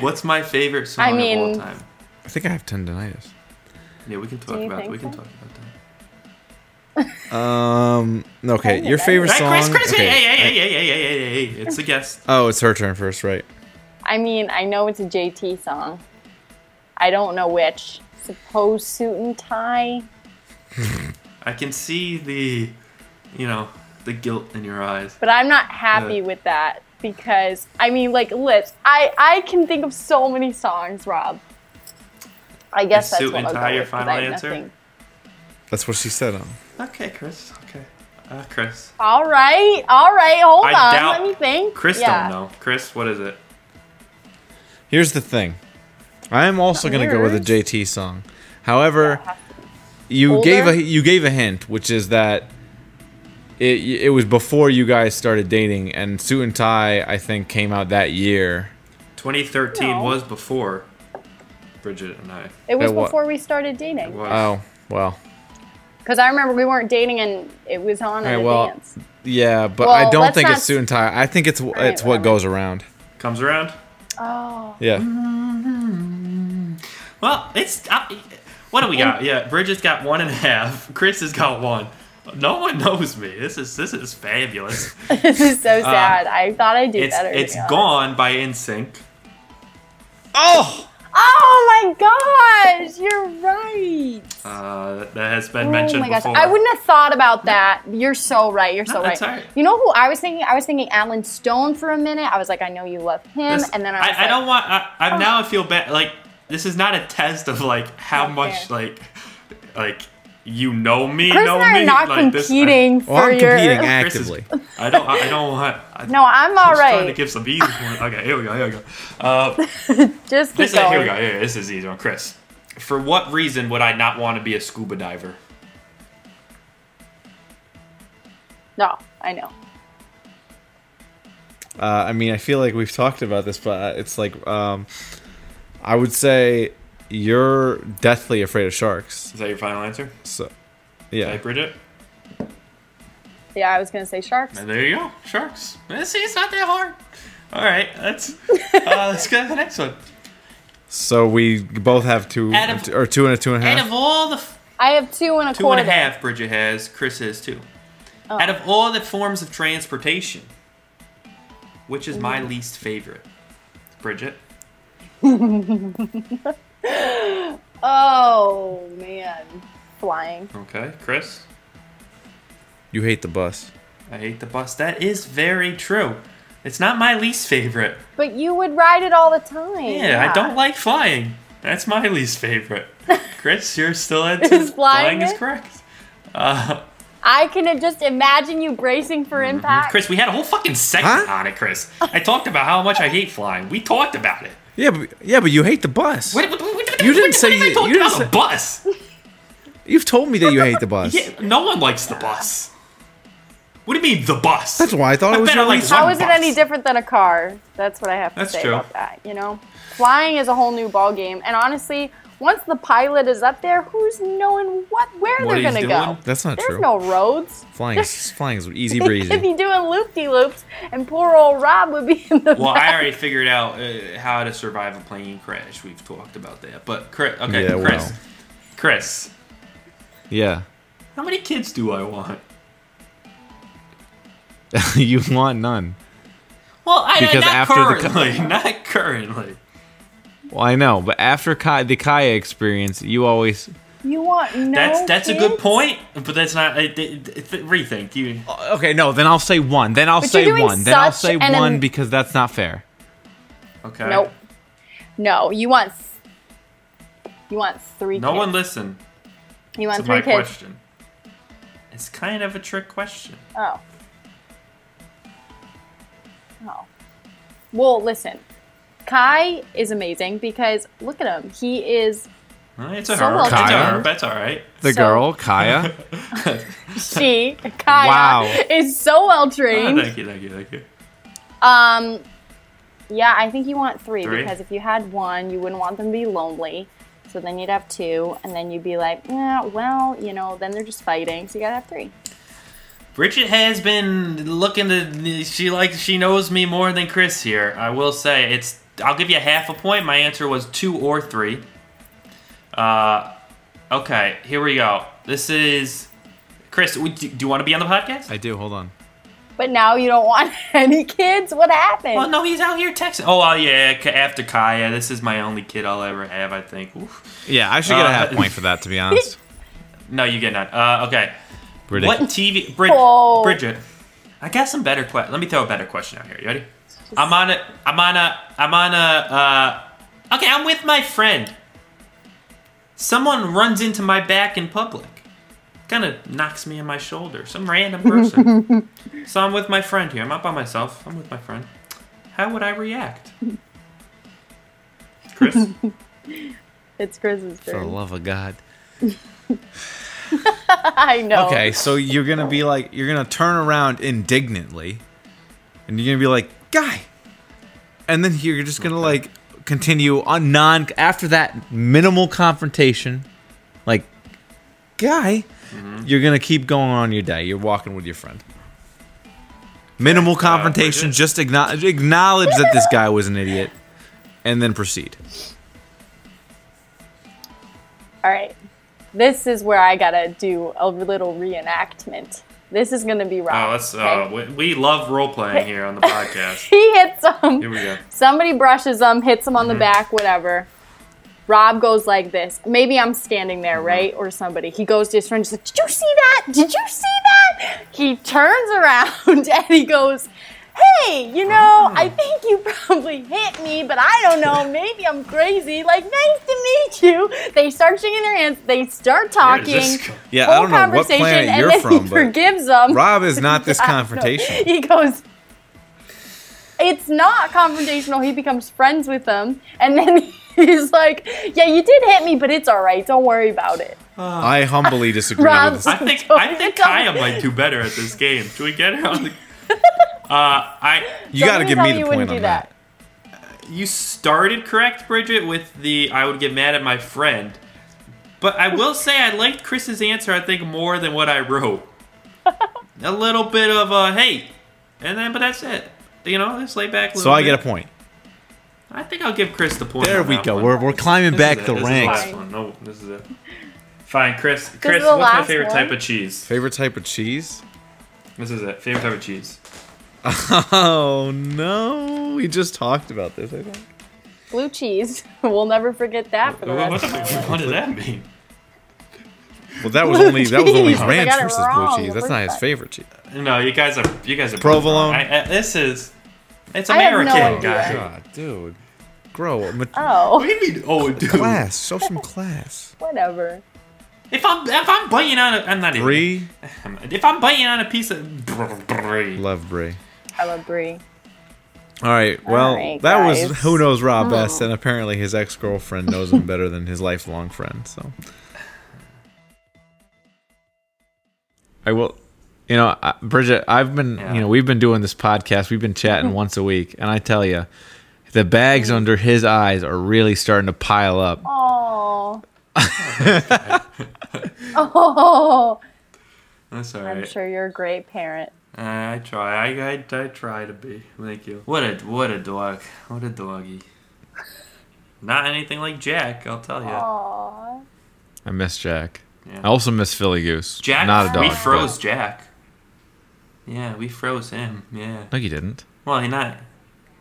Speaker 1: what's my favorite song
Speaker 2: I mean-
Speaker 1: of all time?
Speaker 3: I think I have tendonitis.
Speaker 1: Yeah, we can talk
Speaker 2: you
Speaker 1: about that.
Speaker 2: think
Speaker 1: We can
Speaker 2: so?
Speaker 1: talk about that.
Speaker 3: Um. Okay. Your
Speaker 2: Tendonitis.
Speaker 3: favorite
Speaker 1: Hey,
Speaker 3: song.
Speaker 1: Chris, Chris,
Speaker 3: okay.
Speaker 1: hey, hey, hey, hey, hey, hey, hey, hey, hey. It's a guest.
Speaker 3: Oh, it's her turn first, right?
Speaker 2: I mean, I know it's a JT song. I don't know which. Suppose suit and tie.
Speaker 1: I can see the, you know, the guilt in your eyes.
Speaker 2: but I'm not happy
Speaker 1: Yeah.
Speaker 2: with that because I mean, like, let's. I I can think of so many songs, Rob. I guess that's
Speaker 1: Suit
Speaker 2: what
Speaker 1: and
Speaker 2: I'll
Speaker 1: Tie
Speaker 2: go
Speaker 1: your
Speaker 2: with 'cause I
Speaker 1: final
Speaker 2: have
Speaker 1: answer?
Speaker 2: nothing.
Speaker 3: That's what she said. On.
Speaker 1: Okay, Chris. Okay. Uh, Chris.
Speaker 2: All right, all right. Hold
Speaker 1: I
Speaker 2: on,
Speaker 1: doubt-
Speaker 2: let me think.
Speaker 1: Chris don't
Speaker 2: Yeah.
Speaker 1: know. Chris, what is it?
Speaker 3: Here's the thing. I am also gonna go with a
Speaker 2: yours.
Speaker 3: JT song. However, you
Speaker 2: Older?
Speaker 3: gave a you gave a hint, which is that it it was before you guys started dating, and Suit and Tie I think came out that year.
Speaker 1: 2013
Speaker 2: No.
Speaker 1: was before Bridget and I.
Speaker 2: It was
Speaker 3: Yeah, what-
Speaker 2: before we started dating
Speaker 1: Was.
Speaker 3: Oh well,
Speaker 2: because I remember we weren't dating and it was on
Speaker 3: All
Speaker 2: in
Speaker 3: right, well,
Speaker 2: advance.
Speaker 3: yeah, but
Speaker 2: Well,
Speaker 3: I don't
Speaker 2: let's
Speaker 3: think
Speaker 2: not
Speaker 3: it's Suit and Tie. I think it's
Speaker 2: right,
Speaker 3: it's what
Speaker 2: whatever.
Speaker 3: goes around.
Speaker 1: Comes around.
Speaker 2: Oh, [laughs]
Speaker 3: Yeah,
Speaker 1: Well, it's. Uh, what do we got? Yeah, Bridget's got one and a half. [laughs] Chris has got one. No one knows me. This is this is
Speaker 2: [laughs]
Speaker 1: fabulous.
Speaker 2: this is so sad. I thought I'd do
Speaker 1: Uh, It's
Speaker 2: better. to
Speaker 1: it's
Speaker 2: be honest.
Speaker 1: gone by NSYNC.
Speaker 2: Oh my gosh, you're right.
Speaker 1: Uh, that has been
Speaker 2: Oh
Speaker 1: mentioned
Speaker 2: my gosh,
Speaker 1: before.
Speaker 2: I wouldn't have thought about that. You're so right. You're so
Speaker 1: No,
Speaker 2: right.
Speaker 1: that's all right.
Speaker 2: You know who I was thinking? I was thinking Alan Stone for a minute. I was like, I know you love him,
Speaker 1: This-
Speaker 2: and then I was
Speaker 1: I,
Speaker 2: like, "Oh."
Speaker 1: don't want. I, I'm now. I feel bad. Like this is not a test of like how
Speaker 2: Not
Speaker 1: much
Speaker 2: fair.
Speaker 1: like like you know me,
Speaker 2: Chris
Speaker 1: know
Speaker 2: and I
Speaker 1: me.
Speaker 2: are not
Speaker 1: like, this-
Speaker 2: competing
Speaker 3: Well,
Speaker 2: for
Speaker 3: I'm
Speaker 2: your.
Speaker 3: competing eh?
Speaker 1: I- Chris is-
Speaker 3: actively.
Speaker 1: I don't. I don't want. I,
Speaker 2: [laughs] No, I'm
Speaker 1: I
Speaker 2: all
Speaker 1: was Trying to
Speaker 2: right.
Speaker 1: give some easy ones. Okay, here we go. Here we go.
Speaker 2: [laughs]
Speaker 1: Uh,
Speaker 2: Just keep
Speaker 1: this, here we
Speaker 2: going.
Speaker 1: go. Here, this is easy one, Chris. For what reason would I not want to be a scuba diver?
Speaker 2: No, I know.
Speaker 3: Uh, I mean, I feel like we've talked about this, but it's like um, I would say you're deathly afraid of sharks.
Speaker 1: Is that your final answer?
Speaker 3: So,
Speaker 1: Hey,
Speaker 3: yeah.
Speaker 1: Bridget.
Speaker 2: Yeah, I was gonna say sharks.
Speaker 1: And Uh, there you go, sharks. Eh, See, it's not that hard. All right, let's uh, let's go to the next [laughs] one.
Speaker 3: So we both have two
Speaker 1: Out of-
Speaker 3: or two and a two and a
Speaker 1: Out
Speaker 3: half.
Speaker 1: of all the f-
Speaker 2: I have two and a
Speaker 1: two
Speaker 2: quarter. Oh.
Speaker 1: and a half Bridget has, Chris has two. Out of all the forms of transportation, which is my least favorite, Bridget?
Speaker 2: Oh man, flying.
Speaker 1: Okay, Chris.
Speaker 3: you hate the bus.
Speaker 1: I hate the bus. That is very true. It's not my least favorite.
Speaker 2: But you would ride it all the time.
Speaker 1: Yeah, I don't like flying. That's my least
Speaker 2: [laughs]
Speaker 1: favorite. Chris, you're still at
Speaker 2: Is flying
Speaker 1: is
Speaker 2: it?
Speaker 1: correct. Uh,
Speaker 2: I can just imagine you bracing for
Speaker 3: Mm-hmm.
Speaker 2: impact.
Speaker 1: Chris, we had a whole fucking segment
Speaker 3: Huh?
Speaker 1: on it, Chris. I talked about how much I hate flying. We talked about it.
Speaker 3: Yeah, but, yeah, but you hate the bus.
Speaker 1: What, what- what-
Speaker 3: You didn't
Speaker 1: what
Speaker 3: say
Speaker 1: did I
Speaker 3: you-
Speaker 1: talk
Speaker 3: you didn't
Speaker 1: about the
Speaker 3: say-
Speaker 1: bus.
Speaker 3: You've told me that you hate the bus.
Speaker 1: Yeah, no one likes the bus. What do you mean the bus?
Speaker 3: That's why I thought it was
Speaker 1: bet
Speaker 3: your
Speaker 1: like
Speaker 3: least-
Speaker 1: one
Speaker 2: How is it
Speaker 1: bus.
Speaker 2: any different than a car? That's what I have to
Speaker 1: That's
Speaker 2: say
Speaker 1: true.
Speaker 2: about that. You know, flying is a whole new ball game, and honestly, once the pilot is up there, who's knowing what where
Speaker 1: What
Speaker 2: they're
Speaker 1: he's
Speaker 2: gonna
Speaker 1: doing?
Speaker 2: go?
Speaker 3: That's not
Speaker 2: There's
Speaker 3: true.
Speaker 2: no roads. [laughs]
Speaker 3: Flying, [laughs] is- flying is
Speaker 2: They
Speaker 3: easy
Speaker 2: could
Speaker 3: breezy.
Speaker 2: be doing loop de loops, and poor old Rob would be [laughs] in the
Speaker 1: Well,
Speaker 2: back.
Speaker 1: I already figured out uh, how to survive a plane crash. We've talked about that. But Chris, okay,
Speaker 3: Yeah,
Speaker 1: Chris,
Speaker 3: well.
Speaker 1: Chris,
Speaker 3: Yeah, [laughs]
Speaker 1: how many kids do I want?
Speaker 3: you want none.
Speaker 1: Well, I
Speaker 3: Because
Speaker 1: not
Speaker 3: after the co-
Speaker 1: currently, [laughs] not currently.
Speaker 3: Well, I know, but after Kai, the Kaya experience, you always
Speaker 2: You want no?
Speaker 1: That's that's a good
Speaker 2: kids? Uh,
Speaker 1: point, but that's not. I, th- th- th- rethink you.
Speaker 3: Okay, no, then I'll say one. Then I'll
Speaker 2: But you're
Speaker 3: say
Speaker 2: doing
Speaker 3: one. Then I'll
Speaker 2: such
Speaker 3: say
Speaker 2: an
Speaker 3: one
Speaker 2: am-
Speaker 3: because that's not fair.
Speaker 1: Okay.
Speaker 2: Nope. No, you want. s- You want three.
Speaker 1: No
Speaker 2: kids.
Speaker 1: one listened
Speaker 2: You want
Speaker 1: to
Speaker 2: three
Speaker 1: my
Speaker 2: kids.
Speaker 1: question. It's kind of a trick question.
Speaker 2: Oh. Oh. Well, listen. Kai is amazing because look at him. He is
Speaker 1: All right, It's a
Speaker 2: So
Speaker 1: her.
Speaker 2: well
Speaker 1: It's a
Speaker 3: done.
Speaker 1: her. That's all right. [laughs]
Speaker 3: The
Speaker 2: So-
Speaker 3: girl, Kaya.
Speaker 2: she Kaya
Speaker 3: Wow.
Speaker 2: is so well
Speaker 1: Ah, [laughs]
Speaker 2: trained.
Speaker 1: thank you, thank you, thank you.
Speaker 2: um yeah, I think you want three,
Speaker 1: Three?
Speaker 2: because if you had one, you wouldn't want them to be lonely. So then you'd have two, and then you'd be like, yeah, well, you know, then they're just fighting, so you gotta have three.
Speaker 1: Bridget has been looking to. She likes. She knows me more than Chris here. I will say it's. I'll give you half a point. My answer was two or three. Uh, okay. Here we go. This is Chris. would- Do you want to be on the podcast?
Speaker 3: I do. Hold on.
Speaker 2: But now you don't want [laughs] any kids. What happened?
Speaker 1: Well, no, he's out here texting. Oh, uh, yeah, Ka- after Kaya, this is my only kid I'll ever have, I think. Oof.
Speaker 3: Yeah, I should get
Speaker 1: Uh,
Speaker 3: a half point for that.
Speaker 2: [laughs]
Speaker 3: To be honest,
Speaker 1: No, you get none. Uh, okay.
Speaker 3: ridiculous.
Speaker 1: What TV? Brid-
Speaker 2: Oh.
Speaker 1: Bridget, I got some better questions. Let me throw a better question out here. You ready? I'm on a. I'm on a. I'm on a. Uh, okay, I'm with my friend. Someone runs into my back in public. Kind of knocks me in my shoulder. Some random person. so I'm with my friend here. I'm not by myself. I'm with my friend. How would I react? Chris?
Speaker 2: It's Chris's
Speaker 3: For the
Speaker 2: turn.
Speaker 3: love of God.
Speaker 2: [laughs] I know.
Speaker 3: Okay, so you're gonna be like, you're gonna turn around indignantly, and you're gonna be like, "Guy," and then you're just gonna like continue on non after that minimal confrontation, like, "Guy," you're gonna keep going on your day. You're walking with your friend. Minimal confrontation.
Speaker 1: Bridget?
Speaker 3: just acknowledge acknowledge that this guy was an idiot, and then proceed.
Speaker 2: All right. This is where I gotta do a little reenactment. This is gonna be Rob.
Speaker 1: Oh, that's uh,
Speaker 2: okay? [laughs]
Speaker 1: we, we love role playing here on the podcast.
Speaker 2: he hits him.
Speaker 1: Here we go.
Speaker 2: Somebody brushes him, hits him on
Speaker 3: Mm-hmm.
Speaker 2: the back, whatever. Rob goes like this. Maybe I'm standing there,
Speaker 3: Mm-hmm.
Speaker 2: right? Or somebody. He goes to his friend. He's [laughs] like, "Did you see that? Did you see that?" He turns around and he goes, hey, you know,
Speaker 3: Oh.
Speaker 2: I think you probably hit me, but I don't
Speaker 3: [laughs]
Speaker 2: know. Maybe I'm crazy. Like, nice to meet you. They start shaking their hands. They start talking.
Speaker 1: this guy-
Speaker 3: Yeah, I
Speaker 2: whole
Speaker 3: don't know what
Speaker 2: conversation,
Speaker 3: planet
Speaker 2: and
Speaker 3: you're
Speaker 2: then
Speaker 3: from,
Speaker 2: He
Speaker 3: but
Speaker 2: forgives them.
Speaker 3: Rob is
Speaker 2: [laughs]
Speaker 3: not this
Speaker 2: I don't know.
Speaker 3: confrontational.
Speaker 2: He goes. It's not confrontational. He becomes friends with them, and then [laughs] he's like, "Yeah, you did hit me, but it's all right. Don't worry about it."
Speaker 3: I humbly disagree
Speaker 2: Rob-
Speaker 3: with
Speaker 1: I
Speaker 3: this.
Speaker 1: think
Speaker 2: Don't-
Speaker 1: I think
Speaker 2: don't-
Speaker 1: Kaya might do better at this game. Should we get her on the? [laughs] Uh, I
Speaker 3: You got to
Speaker 2: Don't
Speaker 3: give
Speaker 2: tell
Speaker 3: me the
Speaker 2: you wouldn't
Speaker 3: point on
Speaker 2: do
Speaker 3: that.
Speaker 1: you started correct, Bridget, with the I would get mad at my friend. But I will say I liked Chris's answer. I think more than what I [laughs] wrote. a little bit of uh, hey, and then but that's it. You know, just lay back.
Speaker 3: So I get a point.
Speaker 1: I think I'll give Chris the point.
Speaker 3: There
Speaker 1: on
Speaker 3: we
Speaker 1: that
Speaker 3: go.
Speaker 1: one.
Speaker 3: We're, we're climbing
Speaker 1: This
Speaker 3: back
Speaker 1: is it.
Speaker 3: the
Speaker 1: This is
Speaker 3: ranks.
Speaker 1: last one. No, this is it. Fine, Chris.
Speaker 2: is
Speaker 1: Chris,
Speaker 2: the
Speaker 1: what's my
Speaker 2: last
Speaker 1: favorite
Speaker 2: one?
Speaker 1: type of cheese?
Speaker 3: Favorite type of cheese? [laughs]
Speaker 1: This is it. Favorite type of cheese.
Speaker 3: Oh no! We just talked about this. I think.
Speaker 2: Blue cheese. [laughs] We'll never forget that for the
Speaker 1: What,
Speaker 2: rest.
Speaker 1: [laughs]
Speaker 2: of our lives.
Speaker 1: what does that mean?
Speaker 3: Well, that was [laughs]
Speaker 2: Blue
Speaker 3: only that was only
Speaker 2: cheese. I
Speaker 3: ranch
Speaker 2: got it
Speaker 3: versus
Speaker 2: wrong
Speaker 3: blue
Speaker 2: the
Speaker 3: cheese. That's
Speaker 2: first
Speaker 3: not his
Speaker 2: time.
Speaker 3: favorite cheese.
Speaker 1: No, you guys are you guys are
Speaker 3: Provolone.
Speaker 1: I, I, this is it's
Speaker 2: I have no
Speaker 1: American,
Speaker 2: idea.
Speaker 1: guys.
Speaker 3: God, dude, grow up. Mat-
Speaker 2: Oh,
Speaker 1: What do you mean? Oh, dude.
Speaker 3: class. Show some [laughs] class.
Speaker 2: [laughs] whatever.
Speaker 1: If I'm if I'm biting on a, I'm not even-
Speaker 3: Bree,
Speaker 1: If I'm biting on a piece of Brie.
Speaker 3: love Bree.
Speaker 2: I love
Speaker 3: [laughs]
Speaker 2: brie.
Speaker 3: All right. Well,
Speaker 2: right,
Speaker 3: that was
Speaker 2: guys.
Speaker 3: who knows
Speaker 1: Oh.
Speaker 3: Rob best, and apparently his ex girlfriend knows him better than his lifelong friend. So, I will. You know, I- Bridget, I've been.
Speaker 1: Yeah.
Speaker 3: You know, we've been doing this podcast. We've
Speaker 1: [laughs]
Speaker 3: been chatting once a week, and I tell you, the bags under his eyes are really starting to pile up.
Speaker 2: Oh. [laughs] oh,
Speaker 1: That's all
Speaker 2: I'm
Speaker 1: right. Uh,
Speaker 2: sure you're a great parent.
Speaker 1: I, I try. I, I I try to be. Thank you. What a what a dog. What a doggy. Not anything like Jack, I'll tell you.
Speaker 2: Oh. Aw.
Speaker 3: I miss Jack.
Speaker 1: Yeah.
Speaker 3: I also miss Philly Goose.
Speaker 1: Jack,
Speaker 3: not a dog.
Speaker 1: we
Speaker 3: but-
Speaker 1: froze Jack. Yeah, we froze him. Yeah.
Speaker 3: No, you didn't.
Speaker 1: Well, he not.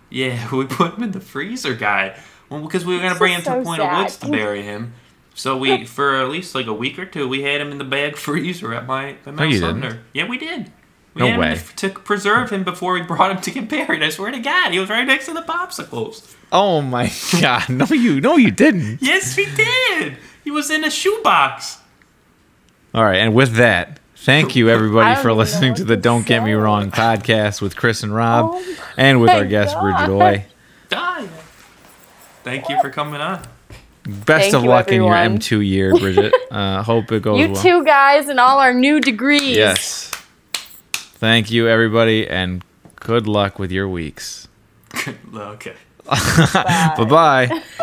Speaker 1: Yeah, [laughs] we put him in the freezer, guy. Well, because we were gonna
Speaker 2: This
Speaker 1: bring him
Speaker 2: is
Speaker 1: to
Speaker 2: so
Speaker 1: Point of
Speaker 2: sad.
Speaker 1: Woods to bury him. So
Speaker 2: [laughs]
Speaker 1: we, for at least like a week or two, we had him in the bag [laughs] freezer at my at Mount
Speaker 3: you
Speaker 1: Sumner.
Speaker 3: didn't.
Speaker 1: Yeah, we did. We
Speaker 3: No
Speaker 1: had him
Speaker 3: way.
Speaker 1: in the- to preserve him before we brought him to get buried. I swear to God, he was right next to the popsicles.
Speaker 3: Oh my [laughs] god! No, you no, you didn't.
Speaker 1: Yes,
Speaker 2: [laughs]
Speaker 1: we did. He was in a shoebox.
Speaker 3: All right, and with that, thank you
Speaker 2: I
Speaker 3: everybody
Speaker 2: don't
Speaker 3: for
Speaker 2: even know
Speaker 3: listening
Speaker 2: what
Speaker 3: to the
Speaker 2: to
Speaker 3: Don't Get Me
Speaker 2: say.
Speaker 3: Wrong podcast with Chris and Rob,
Speaker 2: Oh
Speaker 3: and with our
Speaker 2: my
Speaker 3: guest
Speaker 2: God.
Speaker 3: Bridget Oy.
Speaker 1: Die. Thank you for coming on. [laughs]
Speaker 3: Best
Speaker 2: Thank
Speaker 3: of
Speaker 2: you,
Speaker 3: luck in your
Speaker 2: everyone.
Speaker 3: M two
Speaker 2: [laughs]
Speaker 3: year, Bridget. uh, hope it goes
Speaker 2: You
Speaker 3: well.
Speaker 2: two guys and all our new degrees.
Speaker 3: Yes. Thank you everybody, and [laughs] good luck with your weeks.
Speaker 1: okay.
Speaker 3: Bye bye.